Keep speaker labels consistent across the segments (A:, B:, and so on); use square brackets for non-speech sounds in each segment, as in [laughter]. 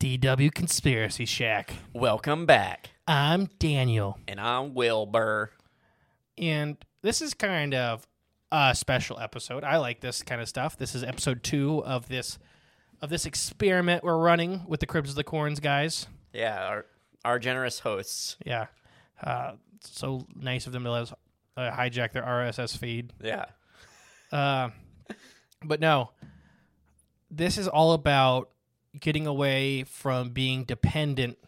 A: DW Conspiracy Shack.
B: Welcome back.
A: I'm Daniel,
B: And I'm Wilbur.
A: and this is kind of a special episode. I like this kind of stuff. This is episode two of this of this experiment we're running with the Cribs of the Corns guys.
B: Yeah, our, our generous hosts.
A: Yeah, uh, so nice of them to let us uh, hijack their RSS feed.
B: Yeah.
A: Uh, but no, this is all about getting away from being dependent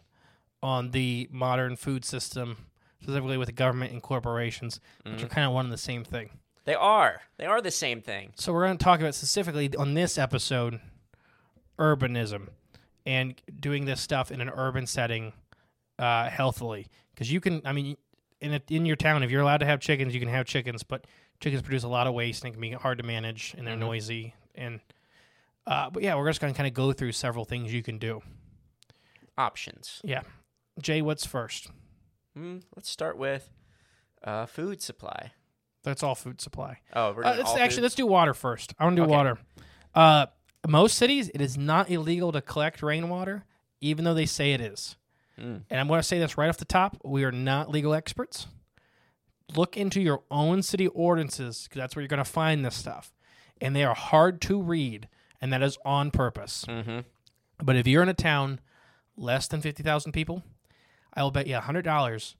A: on the modern food system, specifically with the government and corporations, which are kind of one and the same thing.
B: They are. They are the same thing.
A: So we're going to talk about specifically on this episode urbanism and doing this stuff in an urban setting uh, healthily because you can. I mean, in a, in your town, if you're allowed to have chickens, you can have chickens, but chickens produce a lot of waste and it can be hard to manage and they're noisy and. Uh, but yeah, we're just going to kind of go through several things you can do.
B: Options.
A: Yeah, Jay, what's first?
B: Mm, let's start with uh, food supply.
A: That's all food supply.
B: Oh, we're
A: Uh,
B: doing
A: let's-
B: all
A: actually,
B: food?
A: let's do water first. I want to do
B: Okay.
A: water. Uh, most cities, it is not illegal to collect rainwater, even though they say it is.
B: Mm.
A: And I'm going to say this right off the top: we are not legal experts. Look into your own city ordinances because that's where you're going to find this stuff, and they are hard to read, and that is on purpose.
B: Mhm.
A: But if you're in a town less than fifty thousand people, I will bet you hundred dollars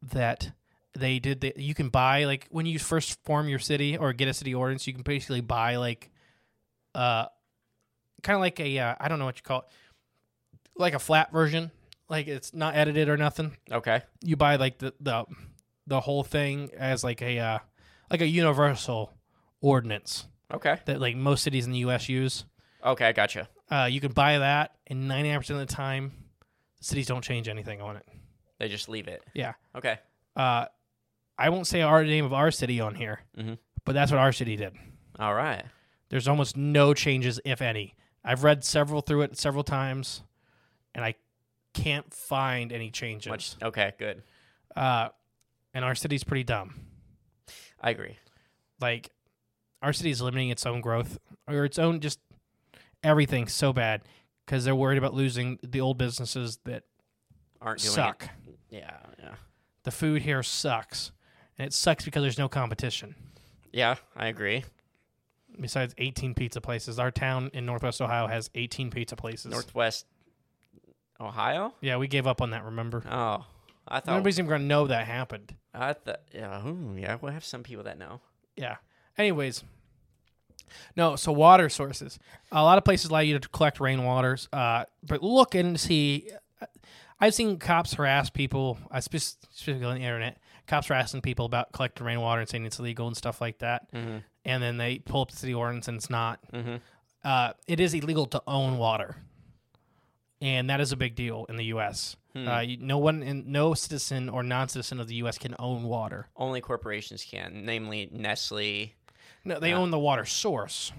A: that they did the, you can buy like when you first form your city or get a city ordinance you can basically buy like uh kind of like a uh, i don't know what you call it like a flat version like it's not edited or nothing
B: Okay.
A: you buy like the the, the whole thing as like a uh like a universal ordinance
B: Okay.
A: that like most cities in the us use
B: Okay. Gotcha.
A: uh you can buy that and 99% of the time cities don't change anything on it
B: They just leave it.
A: yeah
B: Okay.
A: uh, I won't say our name of our city on here,
B: Mhm.
A: but that's what our city did.
B: All right.
A: There's almost no changes, if any. I've read several through it several times, and I can't find any changes.
B: Much, okay. Good.
A: Uh, and our city's pretty dumb.
B: I agree.
A: Like, our city's limiting its own growth or its own just everything so bad because they're worried about losing the old businesses that
B: Aren't doing
A: suck.
B: it. Yeah. Yeah.
A: The food here sucks, and it sucks because there's no competition.
B: Yeah. I agree.
A: besides 18 pizza places. Our town in Northwest Ohio has 18 pizza places.
B: Northwest Ohio.
A: Yeah, we gave up on that, remember?
B: Oh, I thought.
A: Nobody's even going to know that happened.
B: I thought. Yeah. ooh, yeah. We'll have some people that know.
A: Yeah. Anyways, no, so water sources. A lot of places allow you to collect rainwaters, uh, but look and see. uh, I've seen cops harass people, uh, spe- specifically on the internet, cops harassing people about collecting rainwater and saying it's illegal and stuff like that. And then they pull up the city ordinance and it's not. Uh, it is illegal to own water. And that is a big deal in the U.S. Uh, you, no one, in, no citizen or non-citizen of the U.S. can own water.
B: Only corporations can, namely Nestle.
A: No, they own the water source.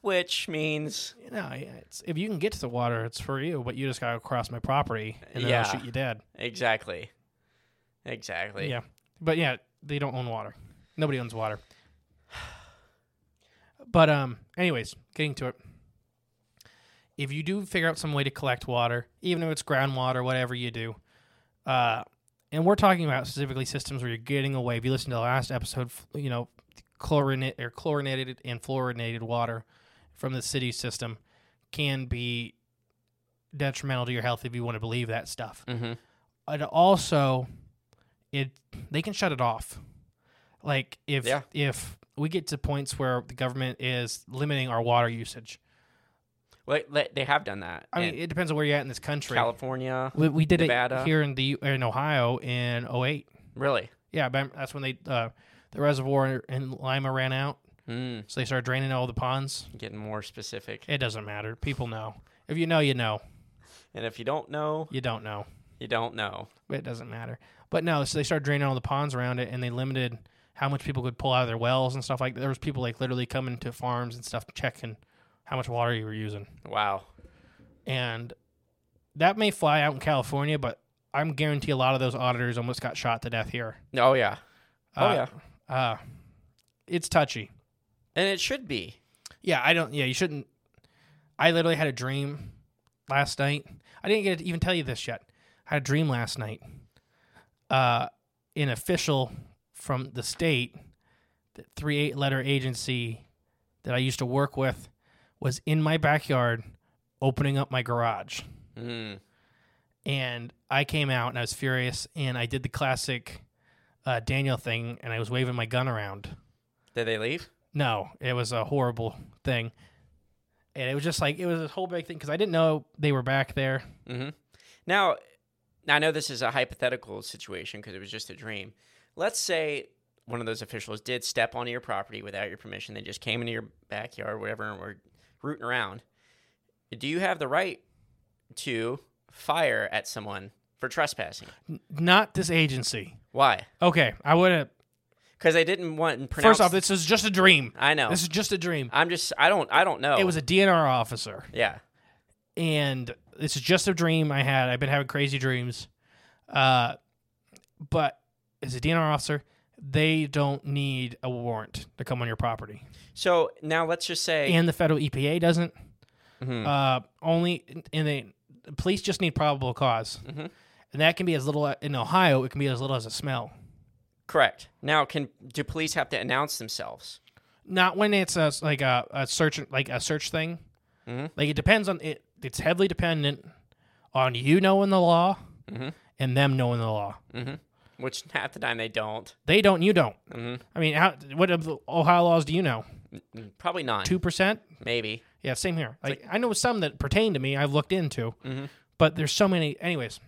B: which means
A: No, yeah, it's, if you can get to the water, it's for you. But you just gotta cross my property, and then
B: Yeah.
A: I'll shoot you dead.
B: exactly, exactly.
A: Yeah, but yeah, they don't own water. Nobody owns water. But um, anyways, getting to it. If you do figure out some way to collect water, even if it's groundwater, whatever you do, uh, and we're talking about specifically systems where you're getting away. If you listen to the last episode, f- you know, chlorinate or chlorinated and fluorinated water from the city system can be detrimental to your health if you want to believe that stuff
B: Mm-hmm.
A: and also it they can shut it off like if
B: Yeah.
A: if we get to points where the government is limiting our water usage
B: Well, they- they have done that.
A: i
B: in
A: mean it depends on where you're at in this country
B: California,
A: we, we did
B: Nevada.
A: it here in the in ohio in 08
B: really.
A: yeah but that's when they uh, the reservoir in lima ran out
B: Mm,
A: so they started draining all the ponds
B: getting more specific.
A: it doesn't matter people know if you know you know
B: And if you don't know,
A: you don't know
B: you don't know.
A: it doesn't matter. But no, so they started draining all the ponds around it, and they limited how much people could pull out of their wells and stuff like that. There was people like literally coming to farms and stuff checking how much water you were using,
B: Wow.
A: and that may fly out in California, but I'm guarantee a lot of those auditors almost got shot to death here.
B: Oh yeah. Oh
A: Uh, Uh, it's touchy.
B: yeah. And it should be.
A: Yeah, I don't. Yeah, you shouldn't. I literally had a dream last night. I didn't get to even tell you this yet. I had a dream last night. Uh, an official from the state, the three eight letter agency that I used to work with, was in my backyard opening up my garage,
B: Mm.
A: and I came out and I was furious, and I did the classic uh, Daniel thing, and I was waving my gun around.
B: Did they leave?
A: No, it was a horrible thing. And it was just like, it was this whole big thing because I didn't know they were back there.
B: Mm-hmm. Now, now I know this is a hypothetical situation because it was just a dream. Let's say one of those officials did step onto your property without your permission. They just came into your backyard, whatever, and were rooting around. Do you have the right to fire at someone for trespassing?
A: Not this agency.
B: Why?
A: Okay, I would have.
B: Because they didn't want to pronounce.
A: First off, this is just a dream.
B: I know.
A: This is just a dream.
B: I'm just. I don't. I don't know.
A: It was a DNR officer.
B: Yeah.
A: And this is just a dream I had. I've been having crazy dreams. Uh, but as a DNR officer, they don't need a warrant to come on your property.
B: So now let's just say.
A: and the federal EPA doesn't.
B: Mhm.
A: Uh, only and they the police just need probable because
B: Mhm.
A: and that can be as little in Ohio. It can be as little as a smell.
B: correct. Now, can do police have to announce themselves?
A: Not when it's a like a, a search like a search thing.
B: Mhm.
A: Like it depends on it. It's heavily dependent on you knowing the law
B: Mhm.
A: and them knowing the law.
B: Which half the time they don't.
A: They don't. You don't.
B: Mhm.
A: I mean, how, what of the Ohio laws do you know?
B: Mm, Probably not.
A: Two percent.
B: Maybe.
A: Yeah, same here. Like, Mm-hmm. I know some that pertain to me. I've looked into, but there's so many. Anyways,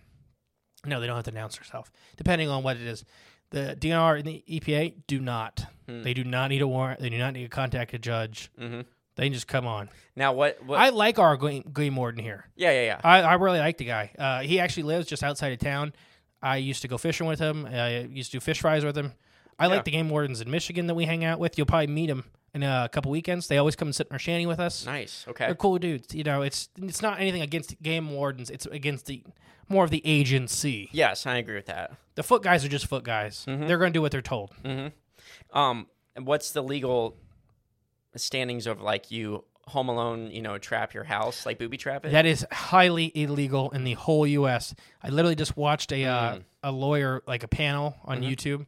A: no, they don't have to announce herself. Depending on what it is, the DNR and the EPA do not. They do not need a warrant. They do not need to contact a judge. Hmm. Mm-hmm. They can just come on.
B: Now what? what
A: I like our Green, Green Warden here.
B: yeah, yeah, yeah.
A: I, I really like the guy. Uh, he actually lives just outside of town. I used to go fishing with him. I used to do fish fries with him. I
B: Yeah.
A: like the game wardens in Michigan that we hang out with. You'll probably meet him in a couple weekends. They always come and sit in our shanty with us
B: nice. Okay.
A: they're cool dudes. You know, it's it's not anything against game wardens. It's against the more of the agency.
B: Yes, I agree with that.
A: The foot guys are just foot guys.
B: Mm-hmm.
A: They're going to do what they're told.
B: Um, and what's the legal standings of like you home alone? You know, trap your house like booby trap it.
A: That is highly illegal in the whole U.S. I literally just watched a
B: Mm.
A: uh, a lawyer like a panel on YouTube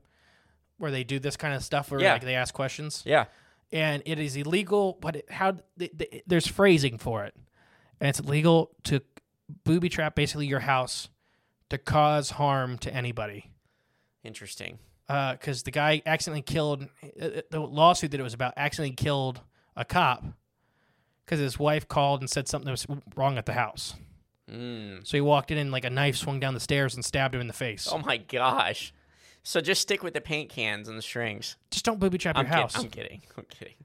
A: where they do this kind of stuff where
B: Mm-hmm. Yeah.
A: like they ask questions
B: yeah.
A: and it is illegal. But it, how th th there's phrasing for it, and it's illegal to booby trap basically your house to cause harm to anybody.
B: Interesting.
A: because uh, the guy accidentally killed uh, the lawsuit that it was about accidentally killed a cop because his wife called and said something was wrong at the house.
B: Mm.
A: So he walked in and like a knife swung down the stairs and stabbed him in the face.
B: Oh my gosh. So just stick with the paint cans and the strings.
A: Just don't booby trap
B: I'm
A: your house.
B: Kidding. I'm kidding. I'm kidding.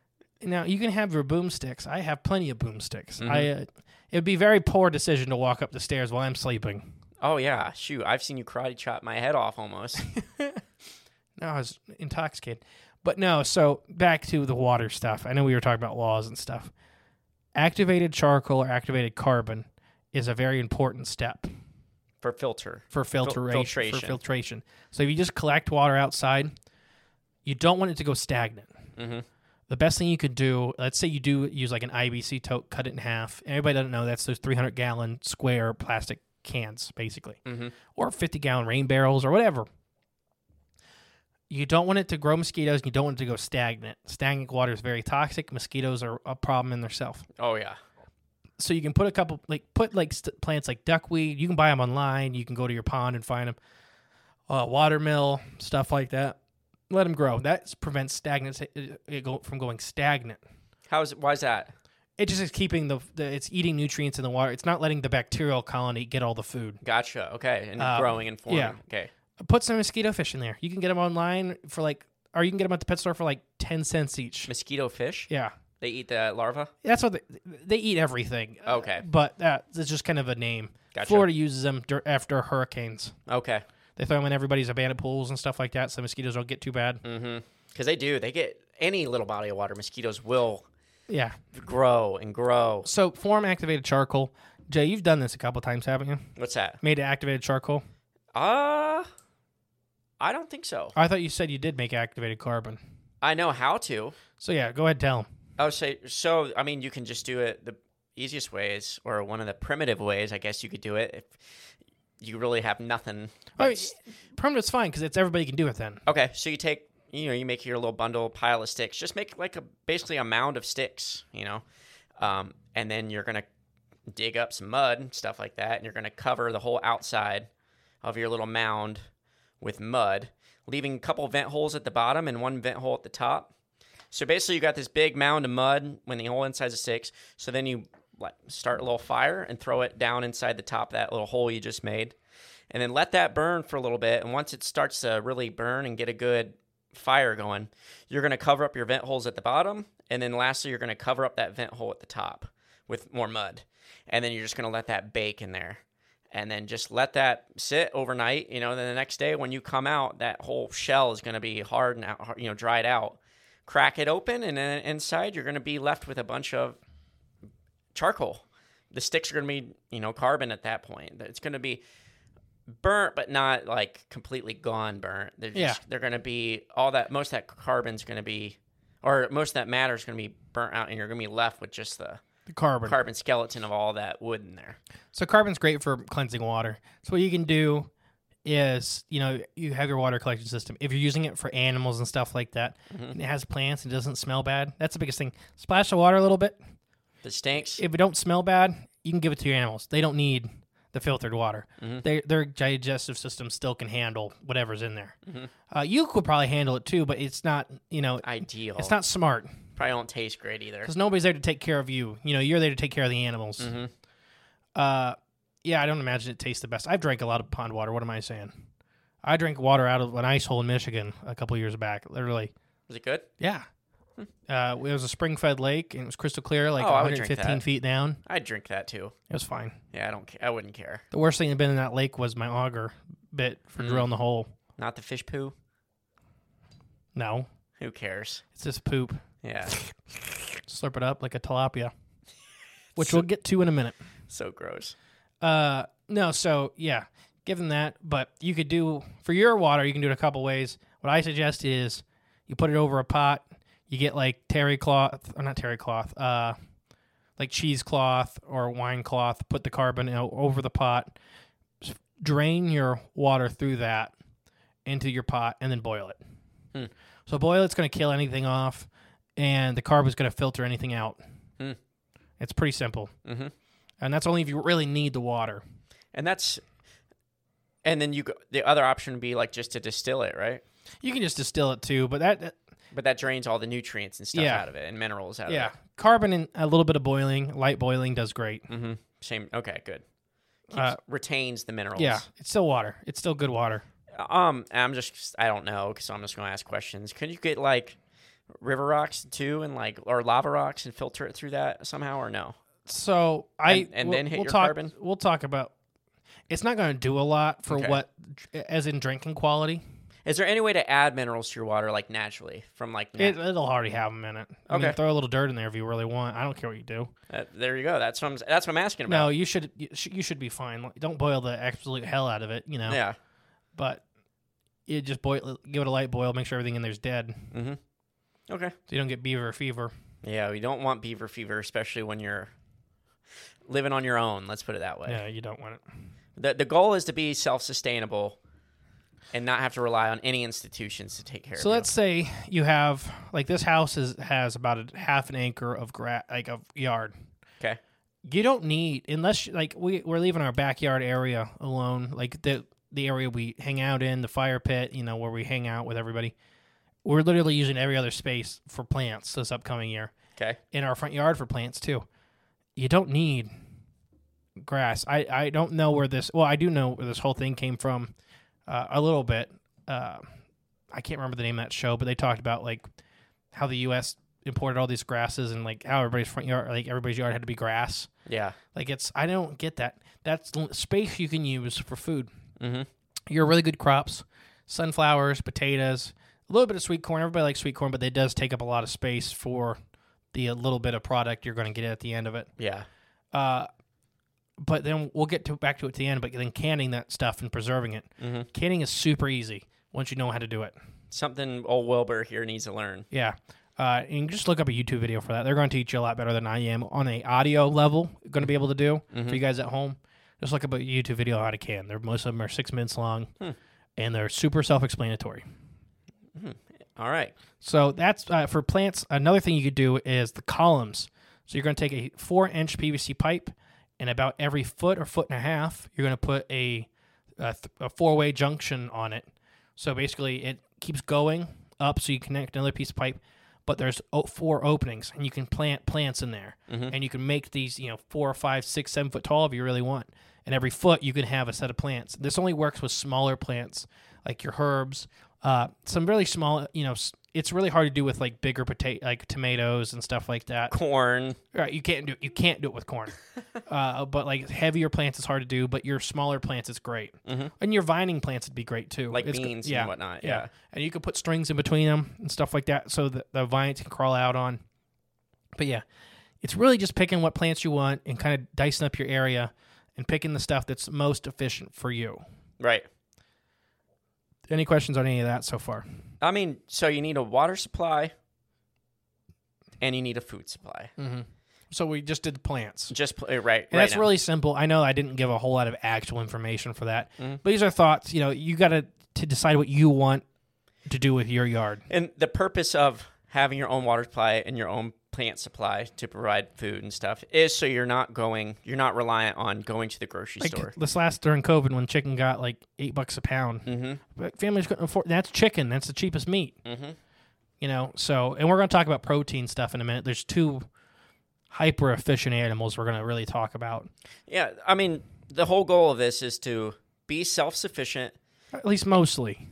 A: Now you can have your boomsticks. I have plenty of boomsticks. I
B: Mm-hmm.
A: uh, it would be a very poor decision to walk up the stairs while I'm sleeping.
B: Oh yeah. Shoot, I've seen you karate chop my head off almost.
A: [laughs] No, I was intoxicated. But no, so back to the water stuff. I know we were talking about laws and stuff. activated charcoal or activated carbon is a very important step
B: for filter.
A: for filtration, For
B: filtration.
A: filtration. So if you just collect water outside, you don't want it to go stagnant.
B: Mhm.
A: The best thing you could do, let's say you do use like an IBC tote, cut it in half. Everybody doesn't know that's those 300 gallon square plastic cans, basically,
B: Mhm.
A: or 50 gallon rain barrels or whatever. You don't want it to grow mosquitoes. You don't want it to go stagnant. Stagnant water is very toxic. Mosquitoes are a problem in themselves
B: Oh yeah.
A: so you can put a couple like put like st- plants like duckweed. You can buy them online. You can go to your pond and find them. Uh, watermill stuff like that. Let them grow. That prevents stagnant it, it go, from going stagnant.
B: How's why is that?
A: It just is keeping the, the it's eating nutrients in the water. It's not letting the bacterial colony get all the food.
B: Gotcha. Okay, and
A: Uh,
B: growing and forming.
A: yeah.
B: Okay.
A: Put some mosquito fish in there. You can get them online for like, or you can get them at the pet store for like ten cents each.
B: Mosquito fish.
A: Yeah,
B: They eat the larva.
A: that's what they, they eat. Everything.
B: Okay.
A: but that it's just kind of a name.
B: Gotcha.
A: Florida uses them dur- after hurricanes.
B: Okay.
A: They throw them in everybody's abandoned pools and stuff like that, so mosquitoes don't get too bad.
B: Mm-hmm. Because they do. They get any little body of water. Mosquitoes will
A: Yeah.
B: grow and grow.
A: So form activated charcoal. Jay, you've done this a couple times, haven't you?
B: What's that?
A: Made it activated charcoal.
B: Uh I don't think so.
A: I thought you said you did make activated carbon.
B: I know how to.
A: So yeah, go ahead, tell them.
B: I would say so. I mean, you can just do it the easiest ways, or one of the primitive ways, I guess you could do it if you really have nothing. but s-
A: Permanent's fine because it's everybody can do it then.
B: Okay, so you take you know you make your little bundle pile of sticks. Just make like a basically a mound of sticks, you know, um, and then you're gonna dig up some mud and stuff like that, and you're gonna cover the whole outside of your little mound with mud, leaving a couple vent holes at the bottom and one vent hole at the top. So basically, you got this big mound of mud when the whole inside's a six. So then you like start a little fire and throw it down inside the top of that little hole you just made, and then let that burn for a little bit. And once it starts to really burn and get a good fire going, you're gonna cover up your vent holes at the bottom, and then lastly, you're gonna cover up that vent hole at the top with more mud, and then you're just gonna let that bake in there. And then just let that sit overnight. You know, then the next day when you come out, that whole shell is going to be hard and out, you know dried out crack it open, and then inside you're going to be left with a bunch of charcoal. The sticks are going to be, you know, carbon at that point. It's going to be burnt, but not like completely gone burnt. They're just,
A: Yeah.
B: they're going to be all that. Most of that carbon's going to be, or most of that matter is going to be burnt out, and you're going to be left with just the
A: The carbon.
B: carbon skeleton of all that wood in there.
A: so carbon's great for cleansing water. So what you can do is, you know, you have your water collection system. If you're using it for animals and stuff like that, and it has plants and it doesn't smell bad. That's the biggest thing. Splash the water a little bit.
B: The stinks.
A: if it don't smell bad, you can give it to your animals. They don't need the filtered water.
B: Mm-hmm.
A: They, their digestive system still can handle whatever's in there.
B: Mm-hmm.
A: Uh, you could probably handle it too, but it's not you know
B: ideal.
A: it's not smart
B: probably don't taste great either.
A: because nobody's there to take care of you. You know you're there to take care of the animals.
B: Mm-hmm.
A: Uh, yeah, I don't imagine it tastes the best. I've drank a lot of pond water. What am I saying? I drank water out of an ice hole in Michigan a couple years back. Literally,
B: Was it good?
A: yeah. Uh, it was a spring-fed lake and it was crystal clear, like
B: Oh, I would drink
A: 115
B: that.
A: feet down.
B: I'd drink that too.
A: It was fine.
B: Yeah, I don't. Ca- I wouldn't care.
A: The worst thing that been in that lake was my auger bit for drilling the hole.
B: Not the fish poo.
A: No,
B: Who cares?
A: it's just poop. [laughs]
B: Yeah,
A: Slurp it up like a tilapia, which we'll get to in a minute.
B: so gross.
A: Uh, no, so yeah, given that, but you could do for your water, you can do it a couple ways. What I suggest is you put it over a pot. You get like terry cloth, or not terry cloth, uh, like cheesecloth or wine cloth. Put the carbon o- over the pot. s- Drain your water through that into your pot, and then boil it.
B: Hmm.
A: So boil it's going to kill anything off, and the carbon's going to filter anything out.
B: Hmm.
A: It's pretty simple,
B: Mhm.
A: and that's only if you really need the water.
B: And that's, and then you go. The other option would be like just to distill it, right?
A: You can just distill it too, but that
B: But that drains all the nutrients and stuff
A: Yeah.
B: out of it and minerals out
A: yeah,
B: of
A: carbon and a little bit of boiling, light boiling does great.
B: it. Mm-hmm. Same. Okay, good. Keeps,
A: Uh,
B: retains the minerals.
A: Yeah, it's still water. It's still good water.
B: Um, I'm just I don't know because I'm just gonna ask questions. Can you get like river rocks too and like or lava rocks and filter it through that somehow or no?
A: So I
B: And- and
A: we'll-
B: then hit
A: we'll
B: your
A: talk,
B: carbon?
A: We'll talk about. It's not going to do a lot for
B: Okay.
A: what, as in drinking quality.
B: Is there any way to add minerals to your water like naturally from like?
A: It,
B: nat-
A: it'll already have them in it. I mean,
B: Okay.
A: throw a little dirt in there if you really want. I don't care what you do.
B: uh, there you go. That's what I'm. That's what I'm asking
A: No,
B: about.
A: you should you sh- you should be fine. Like, Don't boil the absolute hell out of it, you know.
B: Yeah.
A: But you just boil, give it a light boil, make sure everything in there's dead, so
B: Mm-hmm. Okay.
A: you don't get beaver fever.
B: Yeah, we don't want beaver fever, especially when you're living on your own. Let's put it that way.
A: Yeah, you don't want it.
B: The the goal is to be self sustainable and not have to rely on any institutions to take care
A: So
B: of
A: let's say you have like this house is has about a half an acre of gra- like of yard.
B: you. Okay.
A: You don't need unless like we we're leaving our backyard area alone, like the the area we hang out in, the fire pit, you know, where we hang out with everybody. We're literally using every other space for plants this upcoming year.
B: Okay.
A: in our front yard for plants too. You don't need grass. I, I don't know where this. Well, I do know where this whole thing came from, uh, a little bit. Uh, I can't remember the name of that show, but they talked about like how the U.S. imported all these grasses and like how everybody's front yard, like everybody's yard, had to be grass.
B: Yeah.
A: Like it's. I don't get that. That's l- space you can use for food.
B: Mm-hmm.
A: Your really good crops, sunflowers, potatoes, a little bit of sweet corn. Everybody likes sweet corn, but it does take up a lot of space for the uh, little bit of product you're going to get at the end of it.
B: Yeah.
A: Uh, but then we'll get to back to it at the end. But then canning that stuff and preserving it,
B: Mhm.
A: canning is super easy once you know how to do it.
B: Something old Wilbur here needs to learn.
A: Yeah. Uh, and you just look up a YouTube video for that. They're going to teach you a lot better than I am on a audio level. Going to be able to do for you guys at home. Just look up a YouTube video on how to can. They're most of them are six minutes long, and they're super self-explanatory.
B: All right.
A: So that's uh, for plants. Another thing you could do is the columns. So you're going to take a four inch PVC pipe, and about every foot or foot and a half, you're going to put a, a, th- a four way junction on it. So basically, it keeps going up, so you connect another piece of pipe. But there's o- four openings, and you can plant plants in there, and you can make these, you know, four or five, six, seven foot tall if you really want. And every foot, you can have a set of plants. This only works with smaller plants, like your herbs, uh, some really small. You know, s- it's really hard to do with like bigger potato, like tomatoes and stuff like that.
B: Corn.
A: Right, you can't do you can't do it with
B: [laughs]
A: corn, uh, but like heavier plants it's hard to do. But your smaller plants it's great, and your vining plants would be great too,
B: Mm-hmm. Like
A: It's gr-
B: beans and whatnot, yeah.
A: and you could put strings in between them and stuff like that, so that the vines can crawl out on. But yeah, it's really just picking what plants you want and kind of dicing up your area and picking the stuff that's most efficient for you.
B: Right.
A: Any questions on any of that so far?
B: I mean, so you need a water supply and you need a food supply.
A: So we just did the plants.
B: Just pl- uh, right.
A: Hmm. And
B: right
A: that's
B: now.
A: really simple. I know I didn't give a whole lot of actual information for that,
B: Mm-hmm.
A: but these are thoughts. You know, you got to to decide what you want to do with your yard.
B: And the purpose of having your own water supply and your own plant supply to provide food and stuff is so you're not going, you're not reliant on going to the grocery
A: Like
B: store.
A: this last during COVID, when chicken got like eight bucks a pound,
B: Mhm.
A: but families couldn't afford. That's chicken. That's the cheapest meat. Mm-hmm. You know. So, and we're going to talk about protein stuff in a minute. There's two hyper efficient animals we're going to really talk about.
B: Yeah, I mean, the whole goal of this is to be self-sufficient.
A: At least mostly,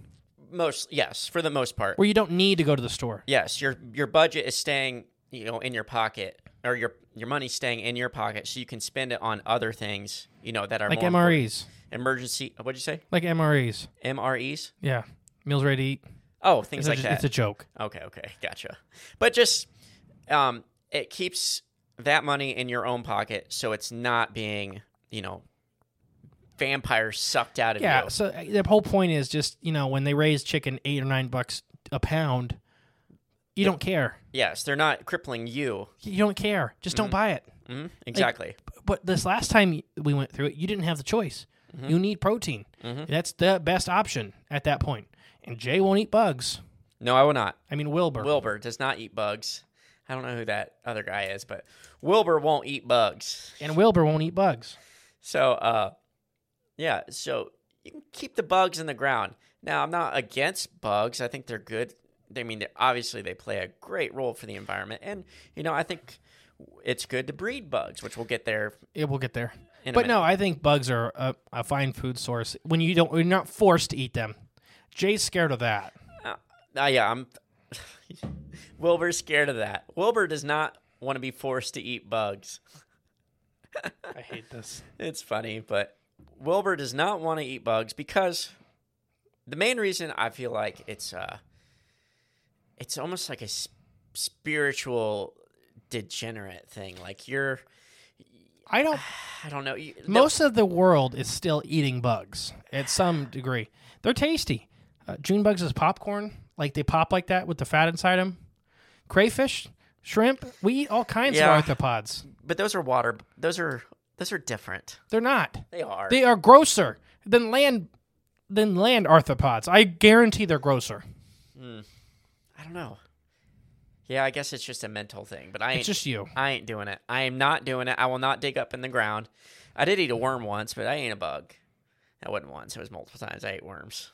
B: Most yes, for the most part.
A: where you don't need to go to the store.
B: Yes, your your budget is staying, you know, in your pocket, or your your money's staying in your pocket, so you can spend it on other things, you know, that are
A: Like E.
B: more important.
A: MREs.
B: emergency. What'd you say?
A: Like MREs.
B: MREs?
A: Yeah. Meals ready to eat.
B: Oh, things like
A: it's,
B: that.
A: it's a joke.
B: Okay, okay, gotcha. But just um, it keeps that money in your own pocket, so it's not being you know vampires sucked out of
A: Yeah.
B: you.
A: So uh, the whole point is just you know when they raise chicken eight or nine bucks a pound, you don't care.
B: Yes, they're not crippling you.
A: You don't care. Just don't buy it.
B: hmm Exactly.
A: But this last time we went through it, you didn't have the choice.
B: Mm-hmm.
A: You need protein. That's the best option at that point. And Jay won't eat bugs.
B: no, I will not.
A: I mean Wilbur.
B: Wilbur does not eat bugs. I don't know who that other guy is, but Wilbur won't eat bugs.
A: and Wilbur won't eat bugs.
B: So, uh, yeah, so you can keep the bugs in the ground. Now, I'm not against bugs. I think they're good. I mean, they're, obviously, they play a great role for the environment. And, you know, I think it's good to breed bugs, which we'll get there.
A: It will get there.
B: In a
A: But no,
B: minute.
A: I think bugs are a, a fine food source when you don't. You're not forced to eat them. Jay's scared of that.
B: Uh, uh, yeah, I'm. [sighs] Wilbur's scared of that. Wilbur does not want to be forced to eat bugs.
A: I hate this.
B: It's funny, but Wilbur does not want to eat bugs because the main reason I feel like it's uh it's almost like a s- spiritual degenerate thing. Like you're
A: I don't.
B: I don't know. You, no-
A: Most of the world is still eating bugs at some degree. They're tasty. Uh, June bugs is popcorn, like they pop like that with the fat inside them. Crayfish, shrimp, we eat all kinds
B: Yeah.
A: of arthropods.
B: but those are water those are those are different.
A: They're not.
B: They are.
A: They are grosser than land than land arthropods. I guarantee they're grosser.
B: I don't know. Yeah, I guess it's just a mental thing, but I ain't
A: It's just you.
B: I ain't doing it. I am not doing it. I will not dig up in the ground. I did eat a worm once, but I ain't a bug. That wasn't once. It was multiple times. I ate worms.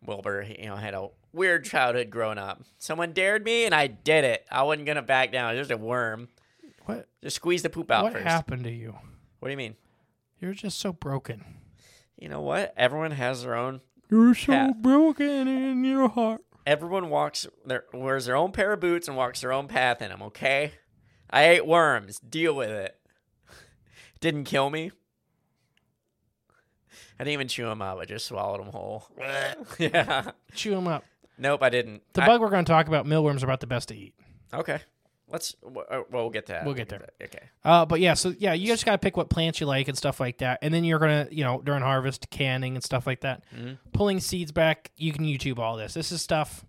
B: Wilbur, you know, had a weird childhood growing up. Someone dared me, and I did it. I wasn't gonna back down. There's a worm.
A: What
B: Just squeeze the poop out
A: what
B: first.
A: happened to you?
B: What do you mean?
A: You're just so broken.
B: You know what? Everyone has their own.
A: You're so
B: Yeah.
A: broken in your heart.
B: Everyone walks their wears their own pair of boots and walks their own path in them. Okay. I ate worms. Deal with it. [laughs] Didn't kill me. I didn't even chew them up. I just swallowed them whole. [laughs] yeah.
A: Chew them up.
B: Nope, I didn't.
A: The
B: I-
A: bug we're going to talk about, mealworms, are about the best to eat.
B: Okay. Let's. w- uh, Well, we'll get to that.
A: We'll get
B: that. Okay.
A: Uh, but yeah, so yeah, you just gotta pick what plants you like and stuff like that, and then you're gonna, you know, during harvest, canning and stuff like that, pulling seeds back. You can YouTube all this. This is stuff.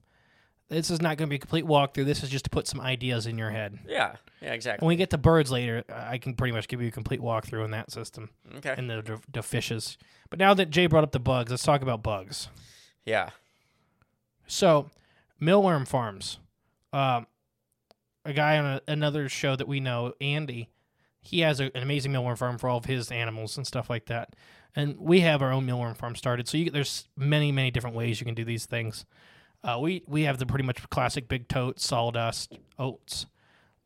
A: This is not gonna be a complete walkthrough. This is just to put some ideas in your head.
B: Yeah. Yeah. Exactly.
A: When we get to birds later, I can pretty much give you a complete walkthrough in that system
B: okay.
A: and the, the fishes. But now that Jay brought up the bugs, let's talk about bugs.
B: yeah.
A: So, Millworm Farms. Um, a guy on a, another show that we know, Andy, he has a, an amazing millworm farm for all of his animals and stuff like that. And we have our own millworm farm started. So you, there's many, many different ways you can do these things. Uh, we we have the pretty much classic big tote, sawdust, oats,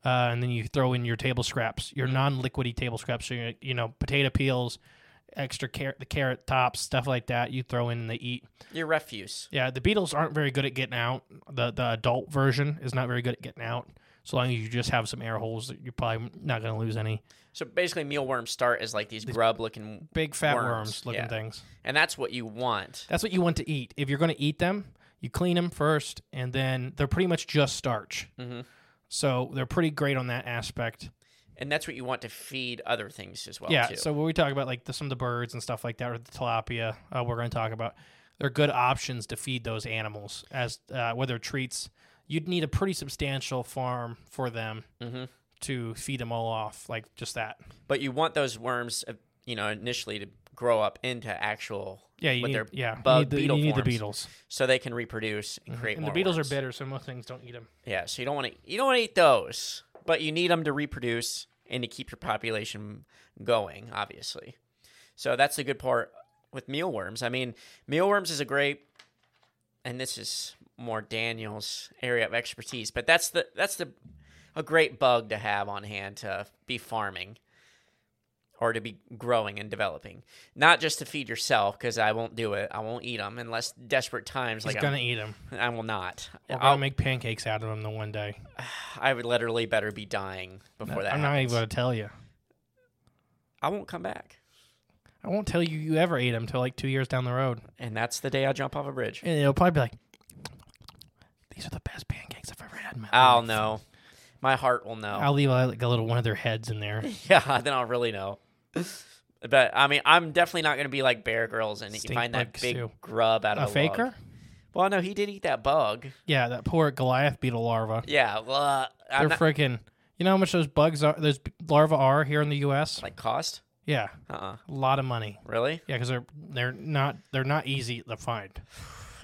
A: uh, and then you throw in your table scraps, your non-liquidy table scraps. So you you know potato peels, extra carrot, the carrot tops, stuff like that. You throw in and they eat.
B: Your refuse.
A: Yeah, the Beatles aren't very good at getting out. The the adult version is not very good at getting out. So long as you just have some air holes, you're probably not going to lose any
B: So basically, mealworms start as like these grub-looking,
A: big fat
B: Worms,
A: worms, looking
B: yeah.
A: things.
B: and that's what you want.
A: That's what you want to eat. If you're going to eat them, you clean them first, and then they're pretty much just starch.
B: Mhm.
A: So they're pretty great on that aspect.
B: and that's what you want to feed other things as well.
A: yeah.
B: Too.
A: So when we talk about like the, some of the birds and stuff like that, or the tilapia, uh, we're going to talk about they're good options to feed those animals as uh, whether treats. You'd need a pretty substantial farm for them
B: Mhm.
A: to feed them all off, like just that.
B: but you want those worms, uh, you know, initially to grow up into actual,
A: Yeah, you
B: But
A: need,
B: they're
A: yeah,
B: bug
A: you need the,
B: beetle
A: you need the
B: forms.
A: beetles,
B: so they can reproduce and
A: Mm-hmm.
B: create.
A: and the
B: more
A: beetles
B: worms.
A: are bitter, so most things don't eat them.
B: Yeah, so you don't want to you don't want to eat those, but you need them to reproduce and to keep your population going, obviously. So that's the good part with mealworms. I mean, mealworms is a great and this is more Daniel's area of expertise, but that's the that's the a great bug to have on hand to be farming or to be growing and developing. Not just to feed yourself because I won't do it. I won't eat them unless desperate times
A: He's
B: like
A: gonna
B: I'm-
A: eat them.
B: I will not.
A: We're
B: I'll-
A: gonna make pancakes out of them the one day.
B: I would literally better be dying before that.
A: I'm not
B: happens.
A: even gonna tell you.
B: I won't come back,
A: I won't tell you you ever ate them till like two years down the road,
B: and that's the day I jump off a bridge.
A: and it'll probably be like, "These are the best pancakes I've ever had." In my
B: I'll
A: life."
B: know. My heart will know.
A: I'll leave like a little one of their heads in [laughs] there.
B: [laughs] yeah, then I'll really know. But I mean, I'm definitely not going to be like Bear Girls and
A: Stink
B: find that
A: bugs,
B: big
A: too.
B: grub out of
A: A
B: the log.
A: faker?
B: Well, no, he did eat that bug.
A: Yeah, that poor Goliath beetle larva.
B: Yeah, well, uh, I'm
A: They're
B: not,
A: freaking. You know how much those bugs are? Those b- larvae are here in the U.S.
B: like cost.
A: Yeah,
B: Uh, uh
A: a lot of money.
B: really?
A: Yeah, because they're they're not they're not easy to find.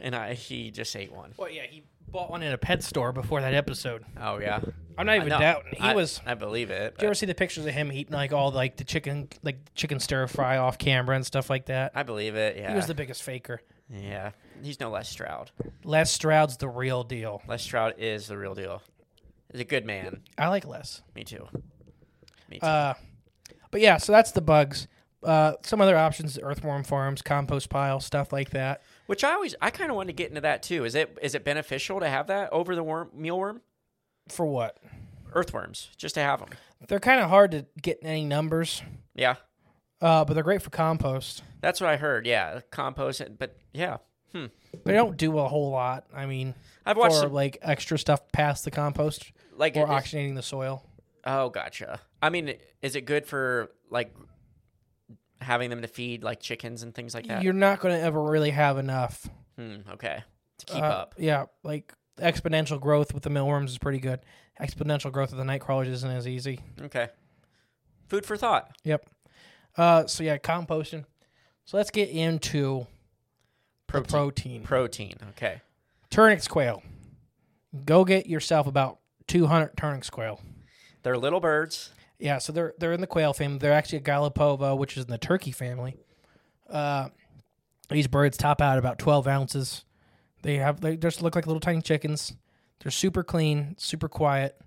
B: And I, he just ate one.
A: Well, yeah, he bought one in a pet store before that episode.
B: Oh yeah,
A: I'm not even
B: No,
A: doubting. He
B: I-
A: was.
B: I believe it.
A: Do you ever
B: but-
A: see the pictures of him eating like all like the chicken like the chicken stir fry off camera and stuff like that?
B: I believe it. Yeah,
A: He was the biggest faker.
B: yeah. He's no less Stroud.
A: Les Stroud's the real deal.
B: Les Stroud is the real deal. He's a good man.
A: I like Les.
B: Me too. Me too.
A: Uh, but yeah, so that's the bugs. Uh, some other options: earthworm farms, compost pile, stuff like that.
B: Which I always, I kind of want to get into that too. Is it is it beneficial to have that over the worm mealworm
A: For what?
B: earthworms just to have them?
A: They're kind of hard to get any numbers,
B: Yeah,
A: uh, but they're great for compost.
B: that's what I heard. Yeah, compost. it- But yeah,
A: They don't do a whole lot. I mean,
B: I've watched
A: for
B: some-
A: like extra stuff past the compost
B: Like
A: or
B: it- it's-
A: oxygenating the soil.
B: Oh, gotcha. I mean, is it good for like having them to feed like chickens and things like that?
A: You're not going to ever really have enough.
B: Hmm, okay, to keep
A: Uh,
B: up.
A: Yeah, like exponential growth with the mealworms is pretty good. Exponential growth with the night crawlers isn't as easy.
B: Okay. Food for thought.
A: Yep. Uh, so yeah, composting. So let's get into
B: Protein.
A: the protein.
B: Protein. Okay.
A: Turnix quail. Go get yourself about 200 turnix quail.
B: They're little birds.
A: Yeah, so they're they're in the quail family. They're actually a Gallipovo, which is in the turkey family. Uh, these birds top out about twelve ounces. They have they just look like little tiny chickens. They're super clean, super quiet.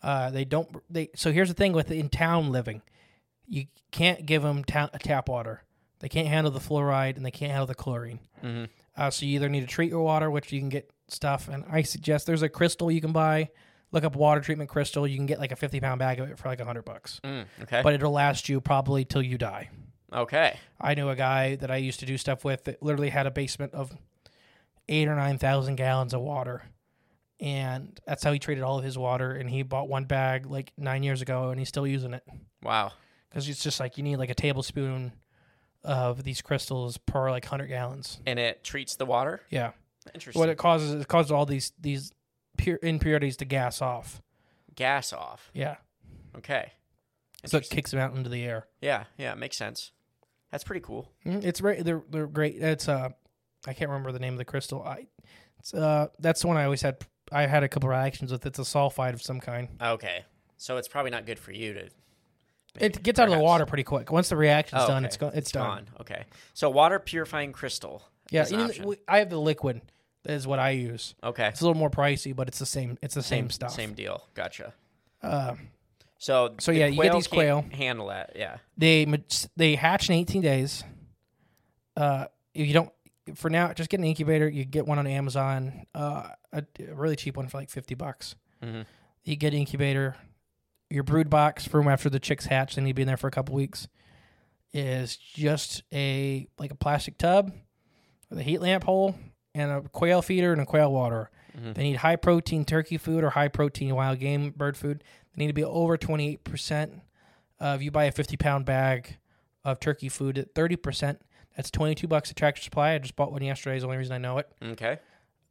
A: Uh, they don't they. So here's the thing with in town living, you can't give them ta- tap water. They can't handle the fluoride and they can't handle the chlorine.
B: Mhm.
A: Uh, so you either need to treat your water, which you can get stuff, and I suggest there's a crystal you can buy. Look up water treatment crystal. You can get like a fifty pound bag of it for like hundred bucks
B: Mm, okay.
A: but it'll last you probably till you die.
B: okay.
A: I knew a guy that I used to do stuff with that literally had a basement of eight or nine thousand gallons of water, and that's how he treated all of his water. And he bought one bag like nine years ago, and he's still using it
B: Wow.
A: because it's just like you need like a tablespoon of these crystals per like hundred gallons.
B: And it treats the water.
A: Yeah,
B: Interesting.
A: what it causes it causes all these these pure impurities to gas off.
B: Gas off.
A: Yeah, so
B: Okay.
A: it
B: Interesting.
A: kicks them out into the air.
B: yeah. Yeah. Makes sense. That's pretty cool.
A: Mm, It's re- they're they're great. It's uh, I can't remember the name of the crystal. I, it's, uh, that's the one I always had. I had a couple reactions with. It's a sulfide of some kind.
B: Okay. So it's probably not good for you to.
A: It gets out of the
B: Perhaps.
A: water pretty quick. Once the reaction's
B: Oh,
A: done,
B: okay.
A: it's gone. It's, done.
B: Gone. Okay. So water purifying crystal.
A: Yeah,
B: is an
A: even-
B: option.
A: we- I have the liquid. That is what I use.
B: okay.
A: It's a little more pricey, but it's the same. It's the same, stuff.
B: Same deal. Gotcha.
A: Uh,
B: So
A: So
B: the
A: yeah, you get
B: quail
A: these
B: can't
A: quail.
B: handle that. Yeah.
A: they ma- they hatch in 18 days. Uh, if you don't for now, just get an incubator. You get one on Amazon, uh, a, a really cheap one for like 50 bucks.
B: Mhm.
A: You get incubator, your brood box room after the chicks hatch. They need to be in there for a couple weeks. Is just a like a plastic tub with a heat lamp hole and a quail feeder and a quail water. They need high protein turkey food or high protein wild game bird food. They need to be over 28%. Uh, if you buy a 50 pound bag of turkey food at 30%, that's 22 bucks at Tractor Supply. I just bought one yesterday, is the only reason I know it.
B: Okay.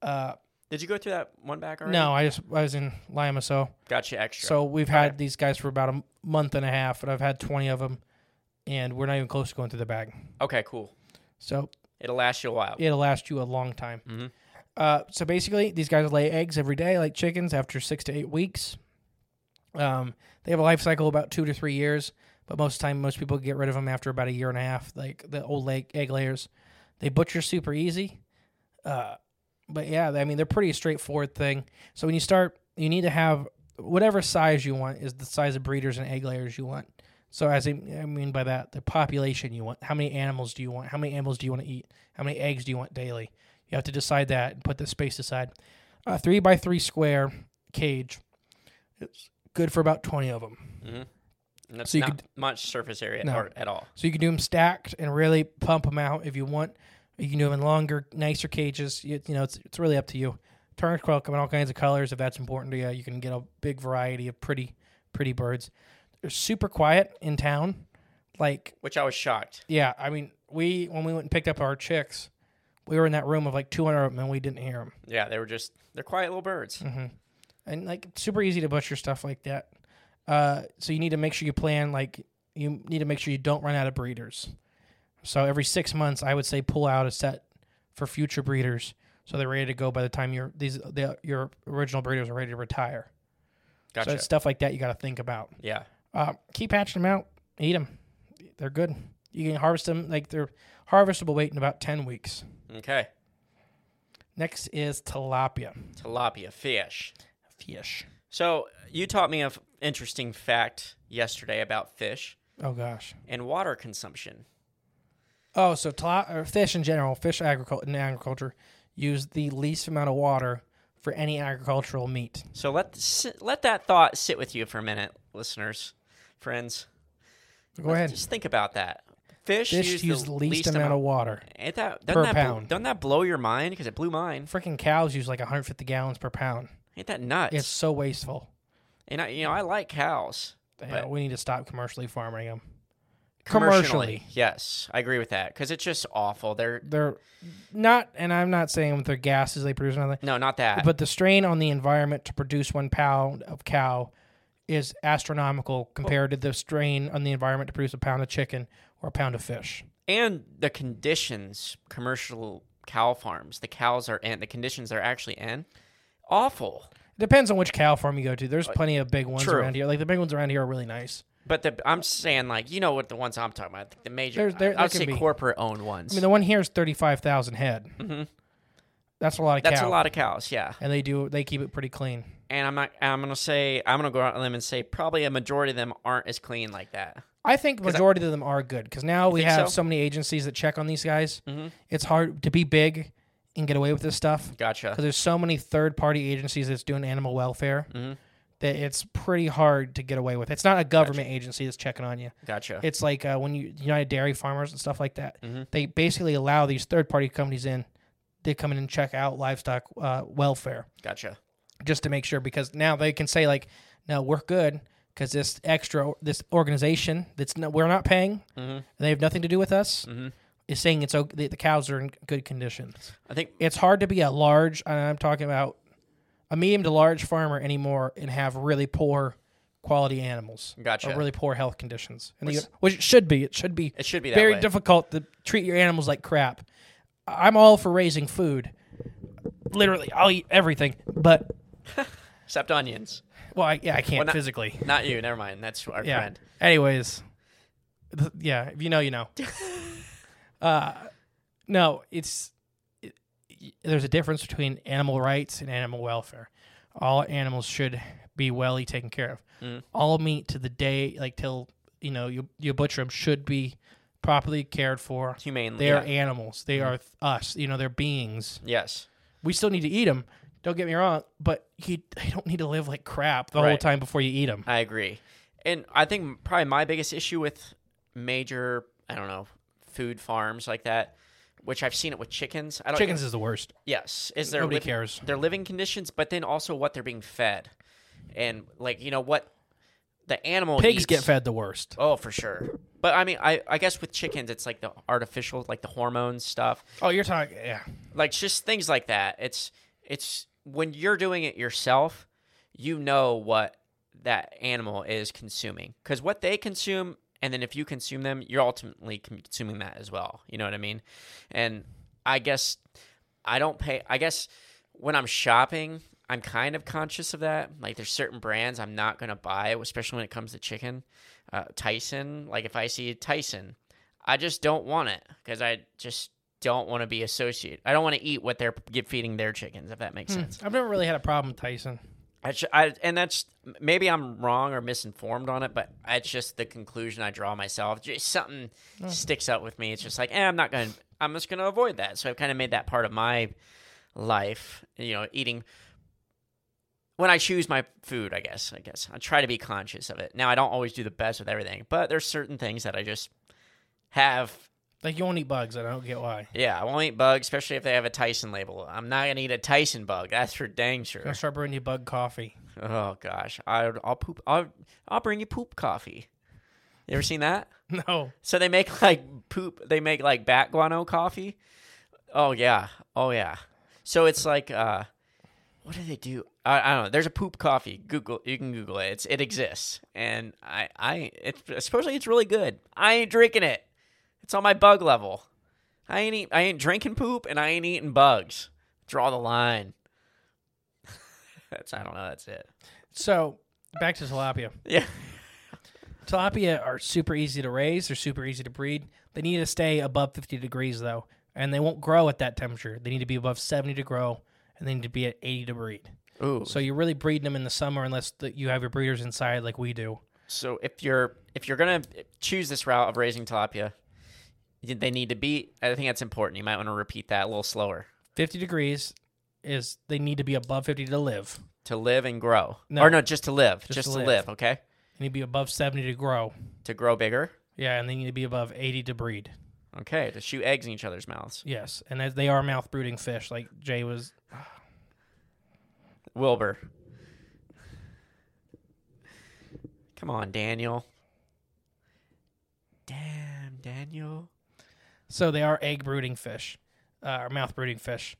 A: Uh,
B: Did you go through that one back already?
A: no, I just I was in Lima, so
B: Gotcha. Extra.
A: so we've had these guys for about a m- month and a half, and I've had 20 of them, and we're not even close to going through the bag.
B: okay. Cool.
A: So
B: It'll last you a while.
A: it'll last you a long time.
B: Mhm.
A: Uh, so basically, these guys lay eggs every day, like chickens, after six to eight weeks. Um, they have a life cycle of about two to three years, but most of the time, most people get rid of them after about a year and a half, like the old egg, egg layers. They butcher super easy. Uh, but yeah, I mean, they're pretty straightforward thing. So when you start, you need to have whatever size you want is the size of breeders and egg layers you want. So as I I mean by that, the population you want, how many animals do you want, how many animals do you want to eat, how many eggs do you want daily? You have to decide that and put the space aside. A three by three square cage. It's good for about twenty of them.
B: And That's
A: So you
B: not much surface area
A: No.
B: or- at all.
A: So you can do them stacked and really pump them out if you want. You can do them in longer, nicer cages. You, you know, it's it's really up to you. Turnip quail come in all kinds of colors if that's important to you. You can get a big variety of pretty, pretty birds. They're super quiet in town. Like,
B: Which I was shocked.
A: yeah, I mean, we when we went and picked up our chicks, we were in that room of like 200 of them and we didn't hear them.
B: Yeah, they were just they're quiet little birds.
A: and like it's super easy to butcher stuff like that. Uh, so you need to make sure you plan like you need to make sure you don't run out of breeders. So every six months, I would say pull out a set for future breeders, so they're ready to go by the time your these the, your original breeders are ready to retire. So
B: Gotcha.
A: it's stuff like that you got to think about.
B: yeah.
A: Uh, keep hatching them out, eat them, they're good. You can harvest them like they're harvestable weight in about ten weeks.
B: Okay.
A: Next is tilapia
B: Tilapia fish.
A: fish.
B: So you taught me an interesting fact yesterday about fish
A: Oh gosh.
B: and water consumption.
A: Oh, so tla- or fish in general, fish agriculture in agriculture use the least amount of water for any agricultural meat.
B: So let si- let that thought sit with you for a minute, listeners, friends.
A: Go ahead.
B: Just think about that. Fish,
A: Fish
B: use,
A: use the least, amount, of water.
B: Ain't that, doesn't
A: per
B: that
A: pound.
B: Bl- doesn't that blow your mind? Because it blew mine.
A: Freaking cows use like 150 gallons per pound.
B: Ain't that nuts?
A: It's so wasteful.
B: And I, you know, I like cows.
A: Yeah,
B: But-
A: we need to stop commercially farming them. Commercially.
B: yes, I agree with that because it's just awful. They're
A: They're not, and I'm not saying with their gases they produce nothing,
B: no, not that.
A: but the strain on the environment to produce one pound of cow is astronomical compared to the strain on the environment to produce a pound of chicken or a pound of fish.
B: and the conditions commercial cow farms the cows are in the conditions they're actually in awful
A: It depends on which cow farm you go to. There's plenty of big ones
B: Uh, True.
A: around here. Like the big ones around here are really nice.
B: but the i'm saying like you know what the ones i'm talking about the major
A: There's- there-
B: i
A: there
B: would
A: can
B: say
A: be.
B: corporate owned ones
A: I mean, the one here is 35,000 head. Mm-hmm. That's a lot of
B: that's
A: cow.
B: a lot of cows yeah
A: And they do they keep it pretty clean.
B: and i'm not i'm gonna say i'm gonna go out on a limb and say probably a majority of them aren't as clean like that
A: I think majority of them are good because now we
B: think
A: have
B: so? Mm-hmm.
A: so? many agencies that check on these guys. It's hard to be big and get away with this stuff
B: gotcha
A: because there's so many third party agencies that's doing animal welfare
B: Mm-hmm.
A: that it's pretty hard to get away with. It's not a government agency that's checking on you.
B: gotcha
A: It's like uh, when you United Dairy Farmers and stuff like that. They basically allow these third party companies in. They come in and check out livestock uh, welfare
B: gotcha
A: just to make sure because now they can say like no we're good because this extra this organization that's no, we're not paying and they have nothing to do with us is saying it's okay the cows are in good condition
B: i think
A: it's hard to be a large and i'm talking about a medium to large farmer anymore and have really poor quality animals
B: Gotcha.
A: or really poor health conditions and the, which it should be it should be
B: it should be that
A: very
B: way.
A: difficult to treat your animals like crap. I'm all for raising food. Literally, I'll eat everything, but
B: except onions
A: well, I, yeah, I can't
B: Well, not-
A: physically.
B: not you never mind that's our
A: Yeah.
B: friend
A: Anyways, th- yeah, if you know,
B: [laughs]
A: you know. uh, no, it's it, y- there's a difference between animal rights and animal welfare. All animals should be well taken care of.
B: Mm.
A: All meat to the day, like till you know you you butcher them, should be properly cared for.
B: humanely
A: They are
B: yeah. Mm.
A: animals. They are th- us. You know, they're beings.
B: yes
A: We still need to eat them. Don't get me wrong, but you you don't need to live like crap the whole
B: Right.
A: time before you eat them.
B: I agree. And I think probably my biggest issue with major, I don't know, food farms like that, which I've seen it with chickens. I don't e,
A: Chickens is the worst.
B: Yes, is their
A: Nobody
B: liv-
A: cares.
B: their living conditions, but then also what they're being fed, and like you know what the animal
A: Pigs
B: eats.
A: get fed the worst.
B: Oh, for sure. But I mean, I, I guess with chickens, it's like the artificial, like the hormones stuff,
A: Oh, you're talking. Yeah.
B: like just things like that. It's it's when you're doing it yourself, you know what that animal is consuming because what they consume, and then if you consume them, you're ultimately consuming that as well. You know what I mean? And I guess I don't pay. I guess when I'm shopping, I'm kind of conscious of that. Like there's certain brands I'm not gonna buy, especially when it comes to chicken. Uh, Tyson, like if I see Tyson, I just don't want it because I just don't want to be associated. I don't want to eat what they're get feeding their chickens. If that makes sense.
A: I've never really had a problem with Tyson.
B: I, ju- I and that's maybe I'm wrong or misinformed on it, but it's just the conclusion I draw myself. Just something sticks out with me. It's just like, eh, I'm not going. to I'm just going to avoid that. So I've kind of made that part of my life. You know, eating when I choose my food. I guess. I guess I try to be conscious of it. Now I don't always do the best with everything, but there's certain things that I just have.
A: Like, you won't eat bugs. and I don't get why.
B: Yeah, I won't eat bugs, especially if they have a Tyson label. I'm not going to eat a Tyson bug. That's for dang sure.
A: I'll start bringing you bug coffee. [laughs]
B: Oh gosh, I, I'll poop. I'll, I'll bring you poop coffee. You ever seen that?
A: No.
B: So they make [laughs] like poop. They make like bat guano coffee. Oh yeah, oh yeah. So it's like, uh, what do they do? I, I don't know. There's a poop coffee. Google. You can Google it. It's, it exists, and I, I, it's supposedly it's really good. I ain't drinking it. It's on my bug level. I ain't, eat, I ain't drinking poop, and I ain't eating bugs. Draw the line. [laughs] that's I don't know. That's it.
A: So, back to tilapia.
B: Yeah.
A: Tilapia are super easy to raise. They're super easy to breed. They need to stay above 50 degrees, though, and they won't grow at that temperature. They need to be above 70 to grow, and they need to be at 80 to breed.
B: Ooh.
A: So you're really breeding them in the summer unless the, you have your breeders inside like we do.
B: So if you're if you're gonna choose this route of raising tilapia, y- they need to be. I think that's important. You might want to repeat that a little slower
A: 50 degrees is they need to be above 50 to live.
B: to live and grow.
A: No.
B: Or no, just to live, just,
A: to
B: to
A: live.
B: live. Okay,
A: They need to be above 70 to grow.
B: to grow bigger.
A: Yeah, and they need to be above 80 to breed.
B: Okay, to shoot eggs in each other's mouths.
A: Yes, and as they are mouth brooding fish, like Jay was.
B: Wilbur. Come on, Daniel. Damn, Daniel.
A: So they are egg brooding fish, uh, or mouth brooding fish.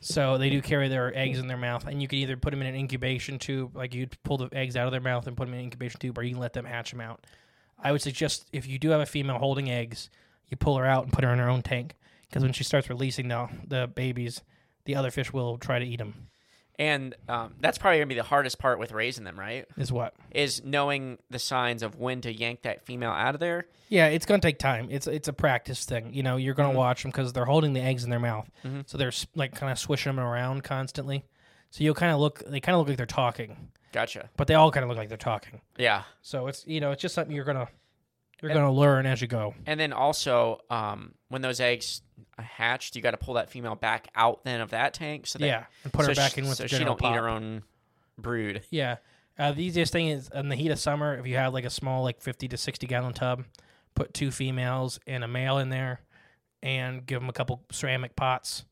A: So they do carry their eggs in their mouth, and you can either put them in an incubation tube, like you'd pull the eggs out of their mouth and put them in an incubation tube, or you can let them hatch them out. I would suggest if you do have a female holding eggs, you pull her out and put her in her own tank, because when she starts releasing the the babies, the other fish will try to eat them.
B: And um, that's probably gonna be the hardest part with raising them, right?
A: Is what?
B: Is knowing the signs of when to yank that female out of there.
A: Yeah, it's gonna take time. It's it's a practice thing. You know, you're
B: Mm-hmm.
A: gonna 'em watch them because they're holding the eggs in their mouth, so they're s- like kind of swishing them around constantly. So you'll kind of look. They kind of look like they're talking,
B: Gotcha.
A: but they all kind of look like they're talking.
B: Yeah.
A: So it's you know it's just something you're gonna you're gonna learn as you go.
B: And then also, um, when those eggs hatched, you got to pull that female back out then of that tank. So that,
A: yeah, and put
B: so
A: her back
B: she,
A: in with
B: so
A: the
B: she
A: general
B: don't eat her
A: pop.
B: own brood.
A: Yeah. Uh, the easiest thing is in the heat of summer, if you have like a small, like 50 to 60 gallon tub, put two females and a male in there and give them a couple ceramic pots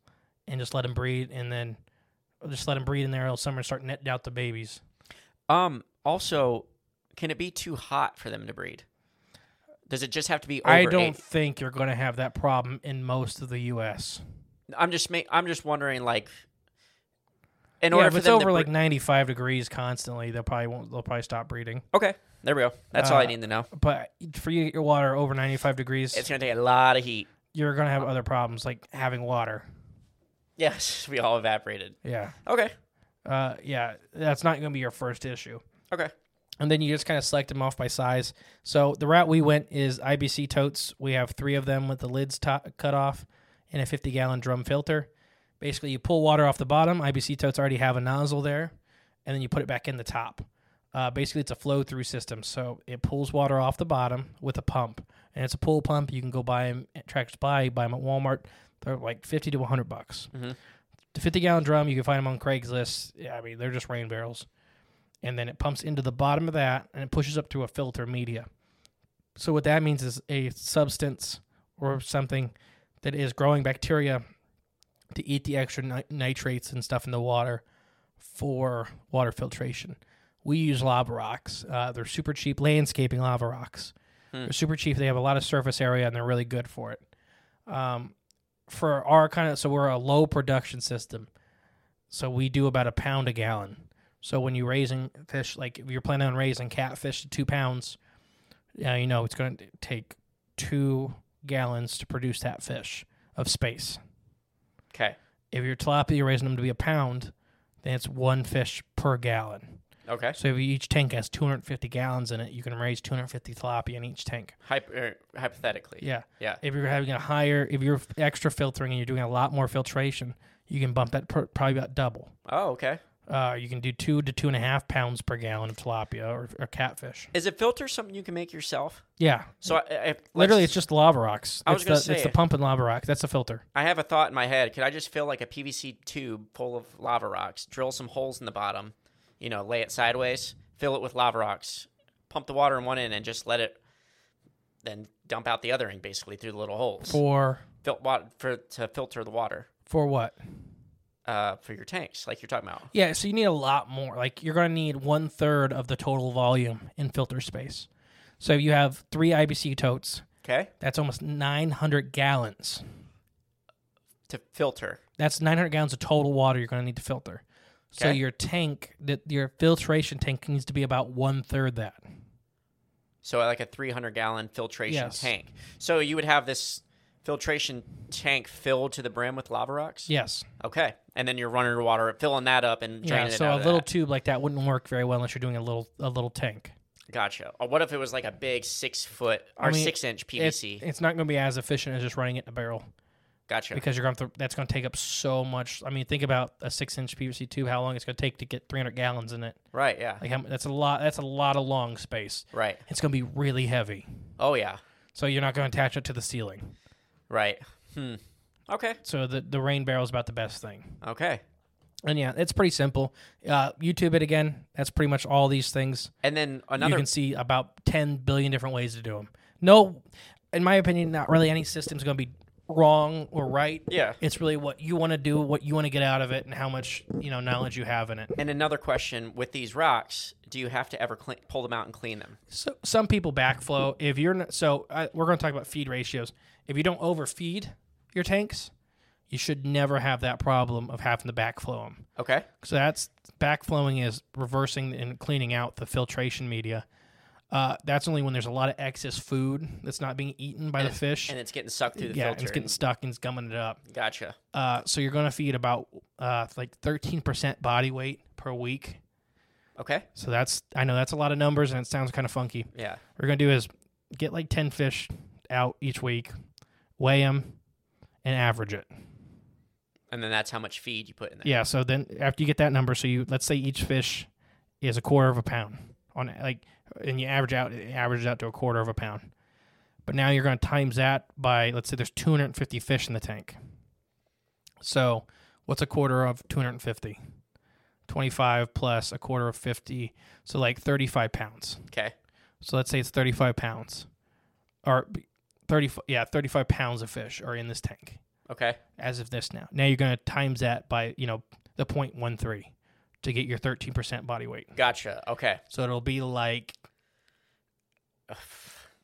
A: and just let them breed. And then just let them breed in there all summer and start netting out the babies.
B: Um. Also, can it be too hot for them to breed? Does it just have to be? Over
A: I don't
B: eight-
A: think you're going to have that problem in most of the U.S.
B: I'm just. Ma- I'm just wondering, like, in
A: yeah,
B: order
A: if
B: for
A: it's
B: them
A: over
B: to
A: like
B: bre-
A: 95 degrees constantly, they'll probably won't, they'll probably stop breeding.
B: okay, there we go. That's all I
A: Uh,
B: need to know.
A: But for you to get your water over 95 degrees,
B: It's gonna take a lot of heat.
A: you're going to have other problems like having water.
B: Yes, we all evaporated.
A: Yeah.
B: Okay.
A: uh, yeah, that's not going to be your first issue.
B: Okay.
A: And then you just kind of select them off by size. So the route we went is IBC totes. We have three of them with the lids to- cut off and a 50 gallon drum filter. Basically, you pull water off the bottom. IBC totes already have a nozzle there, and then you put it back in the top. Uh, basically, it's a flow through system. So it pulls water off the bottom with a pump, and it's a pull pump. You can go buy them at Tractor Supply, buy them at Walmart. They're like 50 to 100 bucks the 50 gallon drum you can find them on craigslist yeah, i mean they're just rain barrels and then it pumps into the bottom of that and it pushes up to a filter media so what that means is a substance or something that is growing bacteria to eat the extra ni- nitrates and stuff in the water for water filtration we use lava rocks uh, they're super cheap landscaping lava rocks they're super cheap they have a lot of surface area and they're really good for it Um, for our kind of so we're a low production system so we do about a pound a gallon so when you're raising fish like if you're planning on raising catfish to two pounds yeah you know it's going to take two gallons to produce that fish of space
B: Okay.
A: if you're tilapia you're raising them to be a pound then it's one fish per gallon
B: Okay.
A: so if each tank has 250 gallons in it you can raise 250 tilapia in each tank
B: Hyp- er, hypothetically.
A: yeah
B: Yeah.
A: if you're having a higher, if you're extra filtering and you're doing a lot more filtration, you can bump that per, probably about double.
B: Oh, okay.
A: Uh, you can do two to two and a half pounds per gallon of tilapia or, or catfish.
B: Is a filter something you can make yourself?
A: Yeah,
B: So I, I,
A: literally,
B: let's-
A: it's just lava rocks.
B: I was
A: it's
B: gonna
A: the, it's
B: say-
A: the pump and lava rock. That's the filter.
B: I have a thought in my head. Could I just fill like a PVC tube full of lava rocks, drill some holes in the bottom, you know, lay it sideways, fill it with lava rocks, pump the water in one end, and just let it then dump out the other end basically through the little holes
A: For
B: Fil- wa- for to filter the water
A: for what?
B: uh, for your tanks, like you're talking about.
A: Yeah, so you need a lot more. Like you're gonna need one third of the total volume in filter space. So if you have three IBC totes,
B: Okay,
A: that's almost 900 gallons.
B: to filter.
A: That's 900 gallons of total water you're going to need to filter. So
B: Okay.
A: your tank, that your filtration tank needs to be about one third that.
B: So like a 300 gallon filtration
A: Yes.
B: tank. So you would have this filtration tank filled to the brim with lava rocks.
A: Yes.
B: Okay, and then you're running your water, filling that up, and
A: Yeah.
B: draining it
A: So
B: out
A: a
B: of
A: little
B: that.
A: tube like that wouldn't work very well unless you're doing a little a little tank.
B: Gotcha. Or what if it was like a big six foot or
A: I mean,
B: six inch
A: It's,
B: PVC?
A: it's not going to be as efficient as just running it in a barrel
B: gotcha.
A: because you're going to that's going to take up so much. I mean, think about a six inch PVC tube. How long it's going to take to get 300 gallons in it?
B: right. Yeah.
A: Like how, mu- that's a lot. That's a lot of long space.
B: right.
A: It's going to be really heavy.
B: Oh yeah.
A: So you're not going to attach it to the ceiling.
B: Right. Hmm. Okay.
A: So the the rain barrel is about the best thing.
B: Okay.
A: And yeah, it's pretty simple. Uh, YouTube it again. That's pretty much all these things.
B: And then
A: You
B: another.
A: can see about 10 billion different ways to do them. no, in my opinion, not really any system's going to be wrong or right.
B: Yeah.
A: It's really what you want to do, what you want to get out of it, and how much you know knowledge you have in it.
B: And another question with these rocks, do you have to ever clean, pull them out and clean them?
A: So some people backflow. If you're not, so uh, we're going to talk about feed ratios. If you don't overfeed your tanks, you should never have that problem of having to backflow them.
B: Okay.
A: So that's backflowing is reversing and cleaning out the filtration media. Uh, that's only when there's a lot of excess food that's not being eaten by the fish.
B: And it's getting sucked through the
A: yeah,
B: filter.
A: it's getting stuck and it's gumming it up.
B: gotcha.
A: Uh, so you're going to feed about uh, like 13% body weight per week.
B: Okay.
A: So that's I know that's a lot of numbers and it sounds kind of funky.
B: Yeah.
A: What we're going to do is get like 10 fish out each week, weigh them, and average it.
B: And then that's how much feed you put in there.
A: Yeah. So then after you get that number, so you let's say each fish is a quarter of a pound on like, and you average out, it averages out to a quarter of a pound. But now you're going to times that by let's say there's 250 fish in the tank. So what's a quarter of 250? 25 plus a quarter of 50, so like 35 pounds.
B: Okay.
A: So let's say it's 35 pounds, or 30, yeah, 35 pounds of fish are in this tank
B: Okay.
A: as of this now. Now you're going to times that by, you know, the 0.13 to get your 13% body weight.
B: Gotcha. Okay.
A: So it'll be like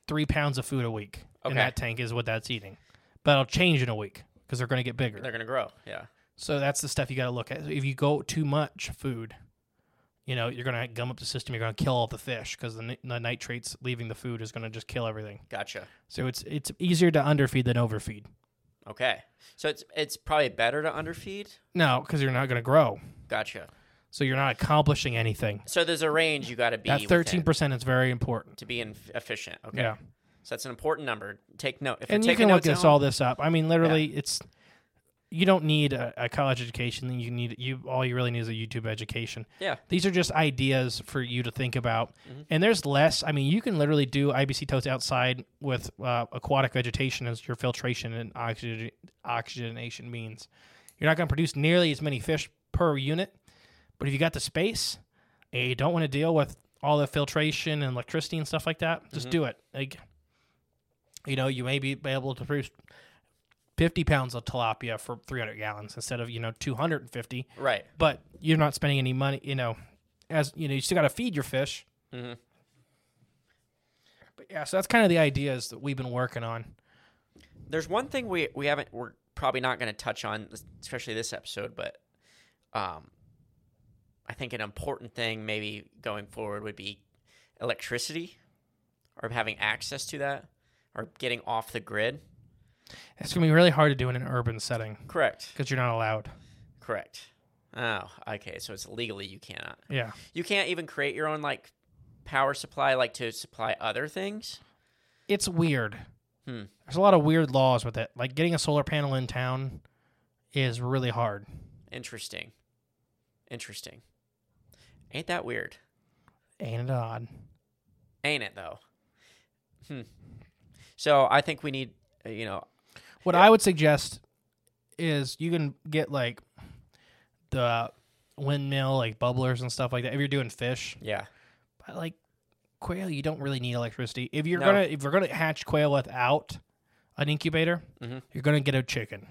A: three pounds of food a week
B: Okay.
A: in that tank is what that's eating. But it'll change in a week because they're going to get bigger.
B: They're gonna grow. Yeah.
A: So that's the stuff you got to look at. If you go too much food, you know, you're going to gum up the system. You're going to kill all the fish because the, ni- the nitrates leaving the food is going to just kill everything.
B: Gotcha.
A: So it's it's easier to underfeed than overfeed.
B: Okay. So it's it's probably better to underfeed.
A: No, because you're not going to grow.
B: Gotcha.
A: So you're not accomplishing anything.
B: So there's a range you got to be
A: That
B: within
A: thirteen percent is very important.
B: to be in, efficient. Okay.
A: Yeah,
B: So that's an important number. Take note. If
A: and
B: you're
A: you can
B: taking
A: look
B: notes,
A: this all this up. I mean, literally, it's you don't need a, a college education. You need you all you really need is a YouTube education.
B: Yeah. Mm-hmm.
A: These are just ideas for you to think about. And there's less. I mean, you can literally do IBC totes outside with uh, aquatic vegetation as your filtration and oxygen, oxygenation means. You're not going to produce nearly as many fish per unit, but if you got the space and you don't want to deal with all the filtration and electricity and stuff like that,
B: Mm-hmm.
A: just do it. Like, you know, you may be be able to produce 50 pounds of tilapia for 300 gallons instead of, you know, 250
B: Right.
A: but you're not spending any money. You know, as you know, you still got to feed your fish.
B: Mhm.
A: But yeah, so that's kind of the ideas that we've been working on.
B: There's one thing we we haven't we're probably not going to touch on, especially this episode, but um, I think an important thing maybe going forward would be electricity, or having access to that, or getting off the grid.
A: It's gonna be really hard to do in an urban setting
B: Correct.
A: because you're not allowed.
B: Correct. Oh, okay. So it's legally you cannot.
A: Yeah,
B: You can't even create your own like power supply, like to supply other things.
A: it's weird.
B: Hmm.
A: There's a lot of weird laws with it. Like getting a solar panel in town is really hard.
B: Interesting. Interesting. Ain't that weird?
A: Ain't it odd?
B: Ain't it though? Hmm. So I think we need, uh, you know,
A: What I would suggest is you can get like the windmill, like bubblers and stuff like that. If you're doing fish,
B: yeah,
A: But like quail, you don't really need electricity. If you're
B: No.
A: gonna if you're gonna hatch quail without an incubator,
B: Mhm.
A: you're gonna get a chicken.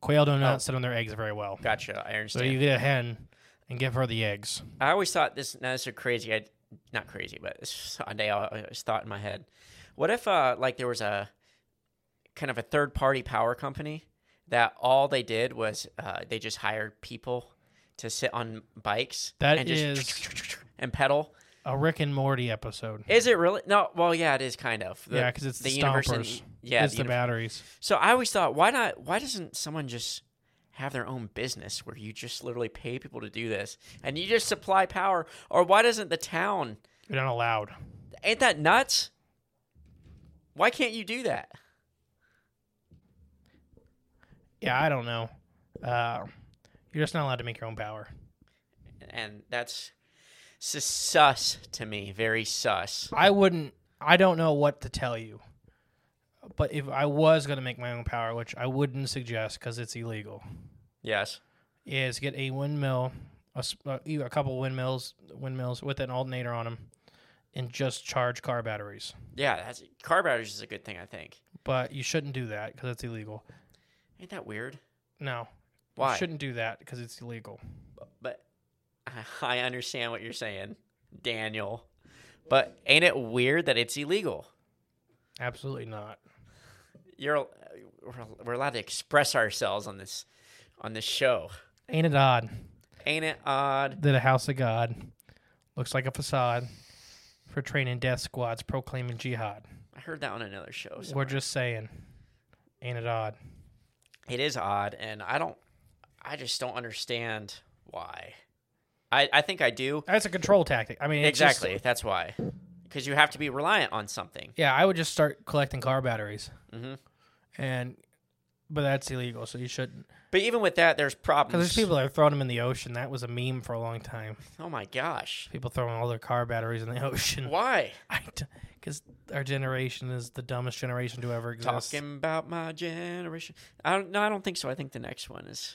A: Quail do not
B: Oh.
A: sit on their eggs very well,
B: gotcha. I
A: so
B: understand.
A: you get a hen and give her the eggs.
B: I always thought this. Now this is a crazy. I not crazy, but it's [laughs] a day I always thought in my head. What if uh like there was a kind of a third party power company that all they did was uh, they just hired people to sit on bikes
A: That
B: and just
A: is-
B: and pedal.
A: A Rick and Morty episode.
B: Is it really? No. Well, yeah, it is kind of. The,
A: Yeah, 'cause yeah, because it's the,
B: universe in-
A: stompers.
B: yeah,
A: it's
B: the
A: the,
B: univ-
A: batteries.
B: so I always thought, why not? Why doesn't someone just have their own business where you just literally pay people to do this and you just supply power? Or why doesn't the town?
A: You're not allowed.
B: Ain't that nuts? Why can't you do that?
A: Yeah, I don't know. Uh, you're just not allowed to make your own power.
B: And that's sus- sus to me, very sus.
A: I wouldn't. I don't know what to tell you. But if I was gonna make my own power, which I wouldn't suggest because it's illegal.
B: Yes.
A: is get a windmill, a, s- uh, e- a couple windmills, windmills with an alternator on them, and just charge car batteries.
B: Yeah, that's car batteries is a good thing, I think.
A: But you shouldn't do that because it's illegal.
B: Ain't that weird?
A: No,
B: Why?
A: you shouldn't do that because it's illegal.
B: But [laughs] I understand what you're saying, Daniel. But ain't it weird that it's illegal?
A: Absolutely not.
B: You're al- we're- we're allowed to express ourselves on this on this show.
A: Ain't it odd
B: Ain't it odd?
A: that a house of God looks like a facade for training death squads proclaiming jihad?
B: I heard that on another show.
A: We're
B: somewhere.
A: just saying. Ain't it odd?
B: it is odd and I don't I just don't understand why. I, I think I do.
A: That's a control tactic. I mean, it's just-
B: Exactly. That's why. Because you have to be reliant on something.
A: yeah, I would just start collecting car batteries,
B: Mhm.
A: and but that's illegal, so you shouldn't.
B: But even with that, there's
A: Because
B: problems.
A: there's people that are throwing them in the ocean. That was a meme for a long time.
B: oh my gosh.
A: People throwing all their car batteries in the [laughs] ocean.
B: Why?
A: Because our generation is the dumbest generation to ever exist.
B: Talking about my generation. I don't. No, I don't think so. I think the next one is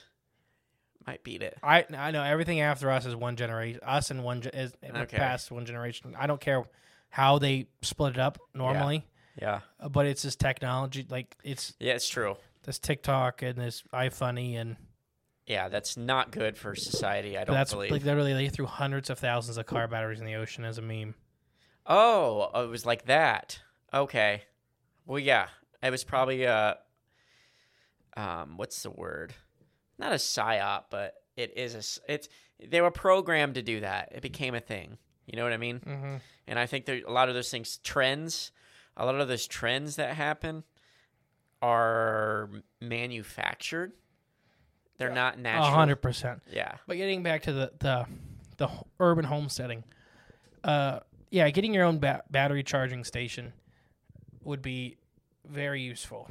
B: might beat it.
A: I I know everything after us is one generation. Us and one ge- is we're
B: Okay.
A: past one generation. I don't care how they split it up normally,
B: Yeah.
A: uh, but it's this technology. Like it's
B: Yeah, it's true.
A: this TikTok and this iFunny, and
B: Yeah, that's not good for society. I don't
A: that's
B: believe.
A: like literally they threw hundreds of thousands of car batteries in the ocean as a meme.
B: oh, it was like that. Okay. Well, yeah, it was probably uh, um, what's the word? Not a psyop, but it is a. s- It's they were programmed to do that. It became a thing. You know what I mean?
A: Mm-hmm.
B: And I think there, a lot of those things, trends, a lot of those trends that happen are manufactured. They're not
A: A
B: natural.
A: hundred percent.
B: Yeah.
A: But getting back to the the the h- urban homesteading, uh, yeah, getting your own ba- battery charging station would be very useful.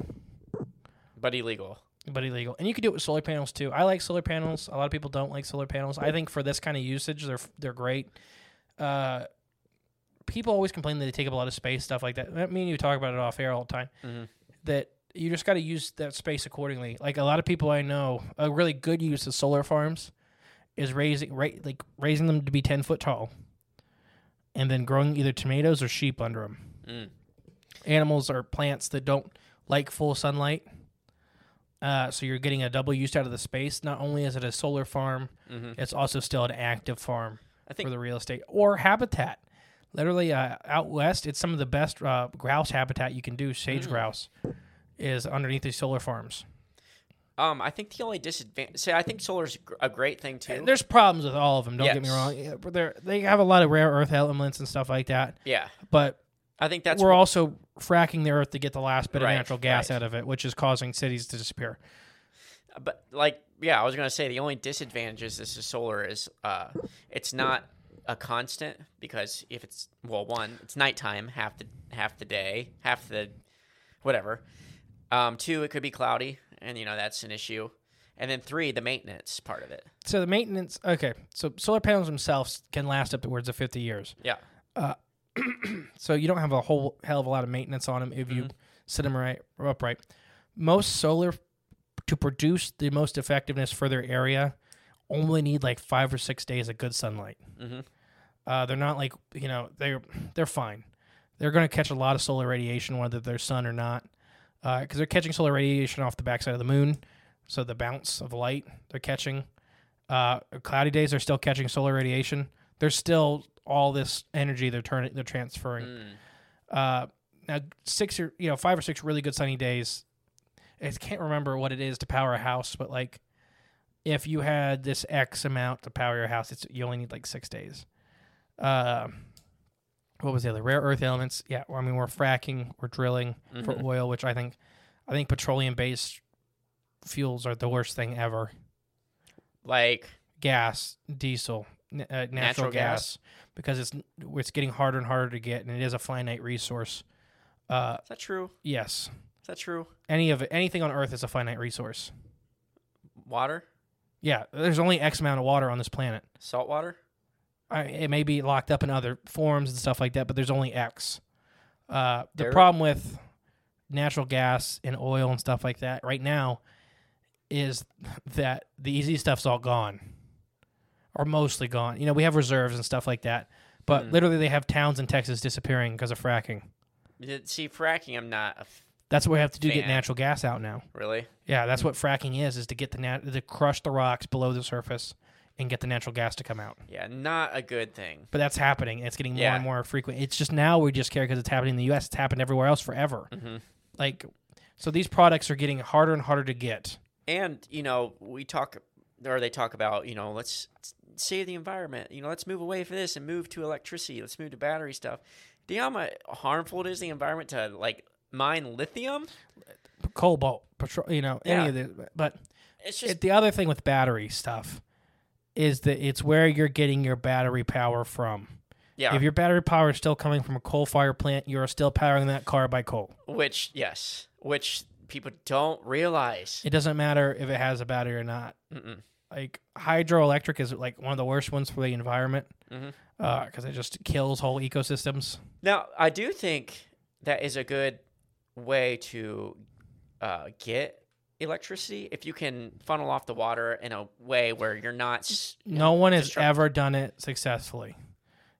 B: But illegal.
A: but illegal. And you can do it with solar panels too. I like solar panels. A lot of people don't like solar panels. I think for this kind of usage, they're they're great. Uh, people always complain that they take up a lot of space, stuff like that. Me and you talk about it off air all the time.
B: Mhm.
A: That you just got to use that space accordingly. Like a lot of people I know, a really good use of solar farms is raising ra- like raising them to be ten foot tall, and then growing either tomatoes or sheep under them.
B: Mm.
A: Animals or plants that don't like full sunlight. Uh, so you're getting a double use out of the space. Not only is it a solar farm, it's also still an active farm
B: Mm-hmm. I think-
A: for the real estate or habitat. Literally uh, out west, it's some of the best uh, grouse habitat you can do. Sage
B: Mm.
A: grouse is underneath these solar farms.
B: Um, I think the only disadvantage. See, I think solar's gr- a great thing too.
A: There's problems with all of them. Don't get me
B: Yes.
A: wrong. Yeah, but they're- They have a lot of rare earth elements and stuff like that.
B: yeah,
A: But
B: I think that's
A: we're also fracking the earth to get the last bit
B: Right,
A: of natural gas
B: right.
A: out of it, which is causing cities to disappear.
B: but like yeah i was gonna say the only disadvantages this is solar is uh it's not a constant because if it's well one it's nighttime half the half the day half the whatever um two it could be cloudy and you know that's an issue and then three the maintenance part of it
A: So the maintenance. Okay, so solar panels themselves can last upwards of 50 years.
B: yeah
A: so you don't have a whole hell of a lot of maintenance on them if you sit them right upright. Most solar to produce the most effectiveness for their area only need like five or six days of good sunlight.
B: Mhm.
A: Uh, they're not like you know they're they're fine. They're going to catch a lot of solar radiation whether they're sun or not, because they're catching solar radiation off the backside of the moon. So the bounce of light they're catching. Uh, cloudy days they're still catching solar radiation. There's still all this energy they're turning they're transferring. Uh, now six or you know five or six really good sunny days. I can't remember what it is to power a house, but like if you had this X amount to power your house, it's you only need like six days. Uh, what was the other rare earth elements? Yeah, well, I mean we're fracking, we're drilling for oil, which I think I think petroleum based fuels are the worst thing ever.
B: like
A: Gas, diesel, n- uh, natural,
B: Natural
A: gas, because it's it's getting harder and harder to get, and it is a finite resource. Uh,
B: is that true
A: yes,
B: is that true
A: any of it, anything on Earth is a finite resource.
B: water
A: Yeah, there's only X amount of water on this planet.
B: salt water
A: I, it may be locked up in other forms and stuff like that, but there's only X. Uh, the
B: There-
A: problem with natural gas and oil and stuff like that right now is that the easy stuff's all gone or mostly gone. You know, we have reserves and stuff like that, But
B: Mm.
A: literally, they have towns in Texas disappearing because of fracking.
B: Th- See, fracking, I'm not a f-
A: That's what we have to do to get
B: Fan.
A: natural gas out now.
B: really.
A: Yeah, that's what fracking is: is to get the nat- to crush the rocks below the surface and get the natural gas to come out.
B: Yeah, not a good thing.
A: But that's happening. and It's getting more
B: Yeah.
A: and more frequent. It's just now we just care because it's happening in the U.S. It's happened everywhere else forever.
B: Mm-hmm.
A: Like, so these products are getting harder and harder to get.
B: And you know, we talk, or they talk about, you know, let's save the environment. You know, let's move away from this and move to electricity. Let's move to battery stuff. Do you know how mu- harmful it is to the environment to like mine lithium?
A: Cobalt, petrol, you know, any
B: Yeah.
A: of the. But
B: It's just
A: it, the other thing with battery stuff is that it's where you're getting your battery power from.
B: yeah,
A: If your battery power is still coming from a coal fire plant, you're still powering that car by coal.
B: which yes, which people don't realize.
A: It doesn't matter if it has a battery or not.
B: Mm-mm.
A: Like hydroelectric is like one of the worst ones for the environment because
B: Mhm.
A: it just kills whole ecosystems.
B: Now, I do think that is a good way to uh, get electricity if you can funnel off the water in a way where you're not. s-
A: No one has
B: destruct-
A: ever done it successfully.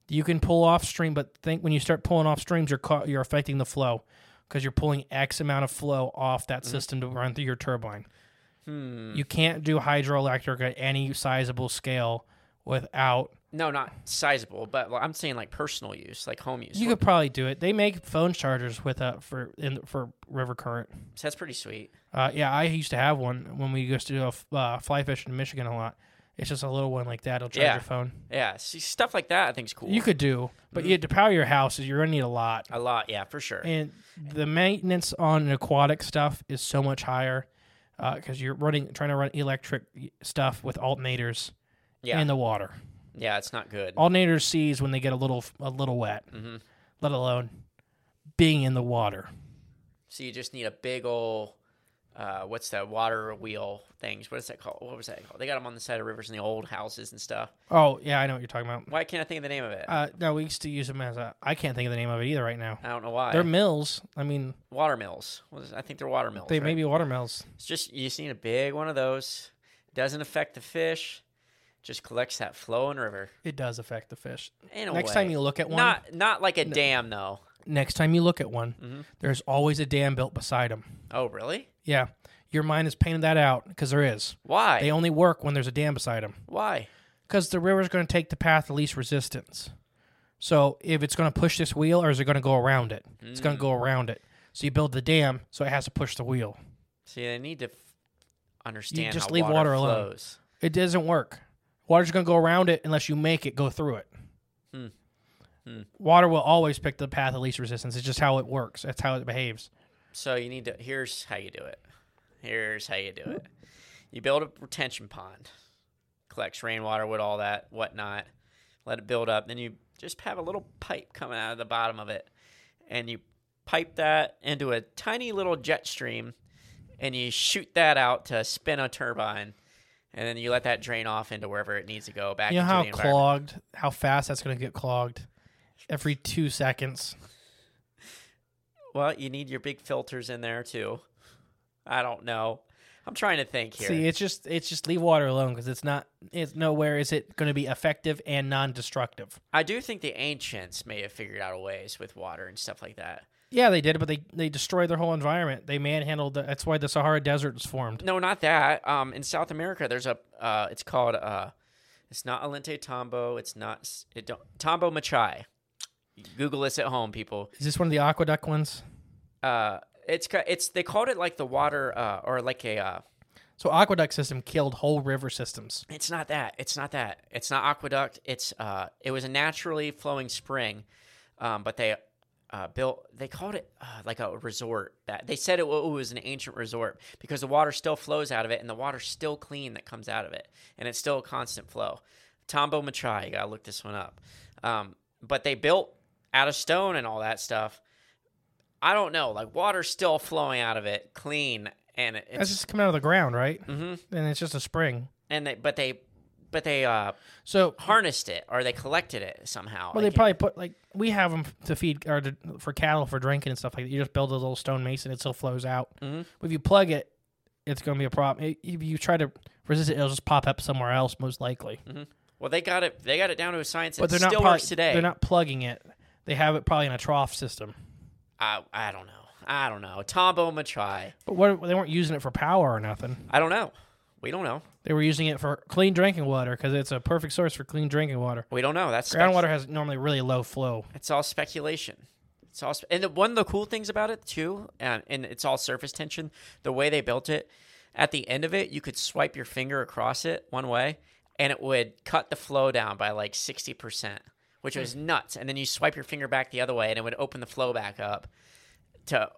A: You can pull off stream, but think when you start pulling off streams, you're ca- you're affecting the flow because you're pulling X amount of flow off that system to run through your turbine.
B: Mm-hmm. Hmm.
A: You can't do hydroelectric at any sizable scale without.
B: No, not sizable, but well, I'm saying like personal use, like home use.
A: You could probably do it. They make phone chargers with uh for in for river current.
B: So that's pretty sweet.
A: Uh, yeah, I used to have one when we used to do a f- uh, fly fishing in Michigan a lot. It's just a little one like that. It'll charge
B: Yeah.
A: your phone.
B: Yeah, see stuff like that I think's cool.
A: You could do, but you, to power your house, you're gonna need a lot.
B: a lot, yeah, for sure.
A: and the maintenance on aquatic stuff is so much higher because you're running trying to run electric stuff with alternators
B: yeah,
A: in the water.
B: yeah, it's not good.
A: Alternators seize when they get a little a little wet,
B: Mm-hmm.
A: let alone being in the water.
B: so you just need a big old, uh, what's that water wheel things? What is that called? What was that called? They got them on the side of rivers in the old houses and stuff.
A: Oh yeah, I know what you're talking about.
B: Why can't I think of the name of it?
A: Uh, no, we used to use them as a. I can't think of the name of it either right now.
B: I don't know why.
A: They're mills. I mean,
B: water mills. What is- I think they're water mills.
A: they may
B: right?
A: be water mills.
B: It's just you just need a big one of those. Doesn't affect the fish. Just collects that flowing river.
A: It does affect the fish.
B: In a
A: Next
B: way.
A: time you look at one,
B: not not like a dam though.
A: next time you look at one, there's always a dam built beside them.
B: Oh really?
A: Yeah. Your mind has painted that out because there is.
B: Why?
A: They only work when there's a dam beside them
B: Why?
A: because the river's going to take the path of least resistance. So if it's going to push this wheel or is it going to go around it? It's going to go around it. So you build the dam so it has to push the wheel.
B: See, they need to f- understand.
A: just
B: how
A: leave water alone.
B: flows.
A: It doesn't work. Water's going to go around it unless you make it go through it.
B: Hmm.
A: Water will always pick the path of least resistance. It's just how it works. That's how it behaves.
B: So you need to. Here's how you do it. Here's how you do it. You build a retention pond, collects rainwater, with all that, whatnot. Let it build up. Then you just have a little pipe coming out of the bottom of it, and you pipe that into a tiny little jet stream, and you shoot that out to spin a turbine, and then you let that drain off into wherever it needs to go back.
A: You know
B: into
A: how
B: the environment.
A: clogged, how fast that's going to get clogged every two seconds.
B: Well, you need your big filters in there too. I don't know. I'm trying to think here.
A: See, it's just it's just leave water alone because it's not it's nowhere is it going to be effective and non-destructive.
B: I do think the ancients may have figured out a ways with water and stuff like that.
A: Yeah, they did, but they they destroyed their whole environment. They manhandled. The, that's why the Sahara Desert was formed.
B: No, not that. Um, in South America, there's a. Uh, it's called. Uh, it's not Alente Tombo. It's not. s- It don't, Tombo Machai. Google this at home, people.
A: Is this one of the aqueduct ones?
B: Uh, it's ca- it's they called it like the water uh, or like a. Uh,
A: So aqueduct system killed whole river systems.
B: It's not that. It's not that. It's not aqueduct. It's uh, it was a naturally flowing spring, um, but they uh, built. They called it uh, like a resort. That they said it, wa- it was an ancient resort because the water still flows out of it, and the water's still clean that comes out of it, and it's still a constant flow. Tombo Machai, you gotta look this one up. Um, but they built out of stone and all that stuff. I don't know. Like water's still flowing out of it, clean, and it-
A: That's
B: it's
A: just coming out of the ground, right? Mm-hmm. And it's just a spring.
B: and they, but they. But they uh,
A: So
B: harnessed it or they collected it somehow.
A: well, they
B: I can't-
A: probably put like we have them to feed or to, for cattle for drinking and stuff like that. You just build a little stone mason, it still flows out. Mm-hmm. But if you plug it, it's going to be a problem. If you try to resist it, it'll just pop up somewhere else, most likely.
B: Well, they got it. They got it down to a science that
A: but they're
B: Mm-hmm. still
A: not plug-
B: works today.
A: They're not plugging it. They have it probably in a trough system.
B: I, I don't know. I don't know. Tombo Machai.
A: But what, they weren't using it for power or nothing.
B: I don't know. We don't know.
A: They were using it for clean drinking water because it's a perfect source for clean drinking water.
B: We don't know. That's spec-
A: Groundwater has normally really low flow.
B: It's all speculation. It's all spe- and the, one of the cool things about it too, and, and it's all surface tension. The way they built it, at the end of it, you could swipe your finger across it one way, and it would cut the flow down by like sixty percent, which was nuts. And then you swipe your finger back the other way, and it would open the flow back up to,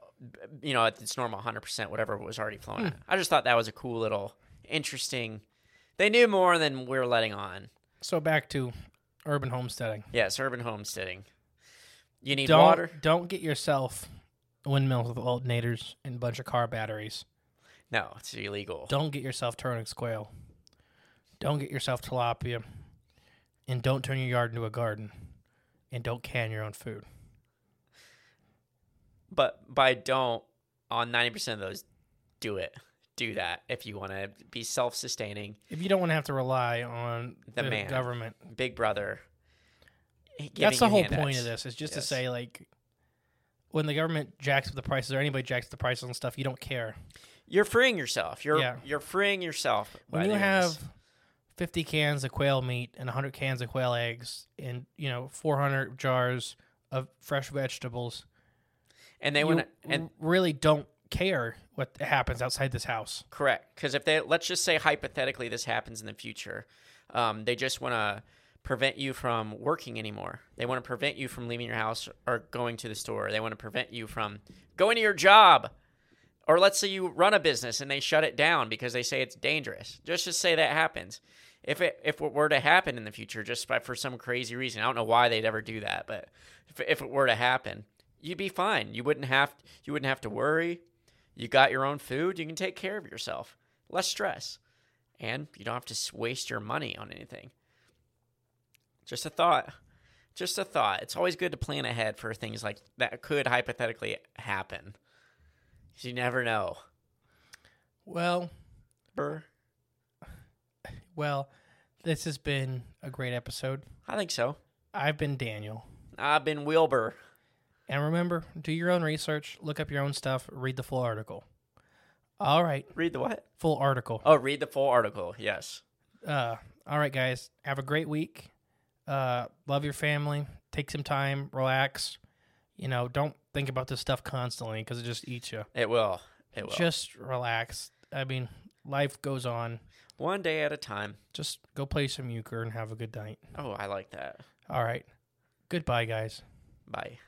B: you know, at its normal hundred percent, whatever it was already flowing. At. I just thought that was a cool little interesting. They knew more than we are letting on.
A: So back to urban homesteading.
B: Yes, urban homesteading. You need
A: Don't
B: water.
A: don't get yourself windmills with alternators and a bunch of car batteries.
B: No, it's illegal.
A: Don't get yourself turning quail. Don't get yourself tilapia. And don't turn your yard into a garden. And don't can your own food.
B: But by don't, on 90% of those, do it. Do that if you want to be self sustaining.
A: If you don't want to have to rely on
B: The
A: the,
B: man.
A: government.
B: Big brother. eh, giving
A: That's the
B: you
A: whole point
B: handouts.
A: of this, is just
B: Yes.
A: to say like when the government jacks up the prices or anybody jacks up the prices on stuff, you don't care.
B: You're freeing yourself. You're
A: Yeah.
B: you're freeing yourself. by
A: when you
B: doing this.
A: have 50 cans of quail meat and 100 cans of quail eggs and you know 400 jars of fresh vegetables
B: and they
A: you
B: want to and
A: r- really don't care what happens outside this house
B: correct because if they let's just say hypothetically this happens in the future, um, they just want to prevent you from working anymore. They want to prevent you from leaving your house or going to the store. They want to prevent you from going to your job. or let's say you run a business and they shut it down because they say it's dangerous. Just just say that happens. If it if it were to happen in the future, just by, for some crazy reason, I don't know why they'd ever do that, but if, if it were to happen, you'd be fine. You wouldn't have you wouldn't have to worry. You got your own food. You can take care of yourself. Less stress, and you don't have to s- waste your money on anything. Just a thought. Just a thought. It's always good to plan ahead for things like that could hypothetically happen. 'Cause You never know.
A: well
B: Burr.
A: well this has been a great episode
B: I think so.
A: i've been daniel
B: I've been Wilbur.
A: and remember do your own research look up your own stuff read the full article all right
B: Read the what?
A: full article
B: Oh, read the full article. Yes.
A: uh, all right, guys. Have a great week. Uh, love your family. Take some time. Relax. You know, don't think about this stuff constantly because it just eats you.
B: It will. It will.
A: Just relax. I mean, life goes on.
B: One day at a time.
A: Just go play some euchre and have a good night.
B: Oh, I like that.
A: All right. Goodbye, guys.
B: Bye.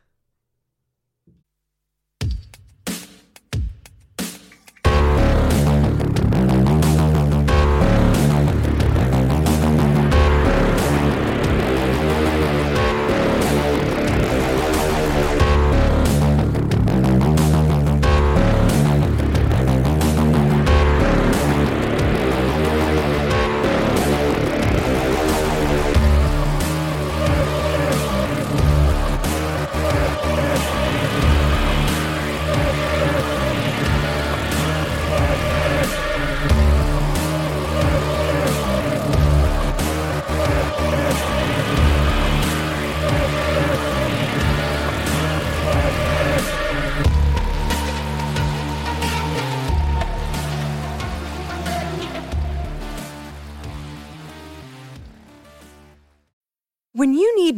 C: When you need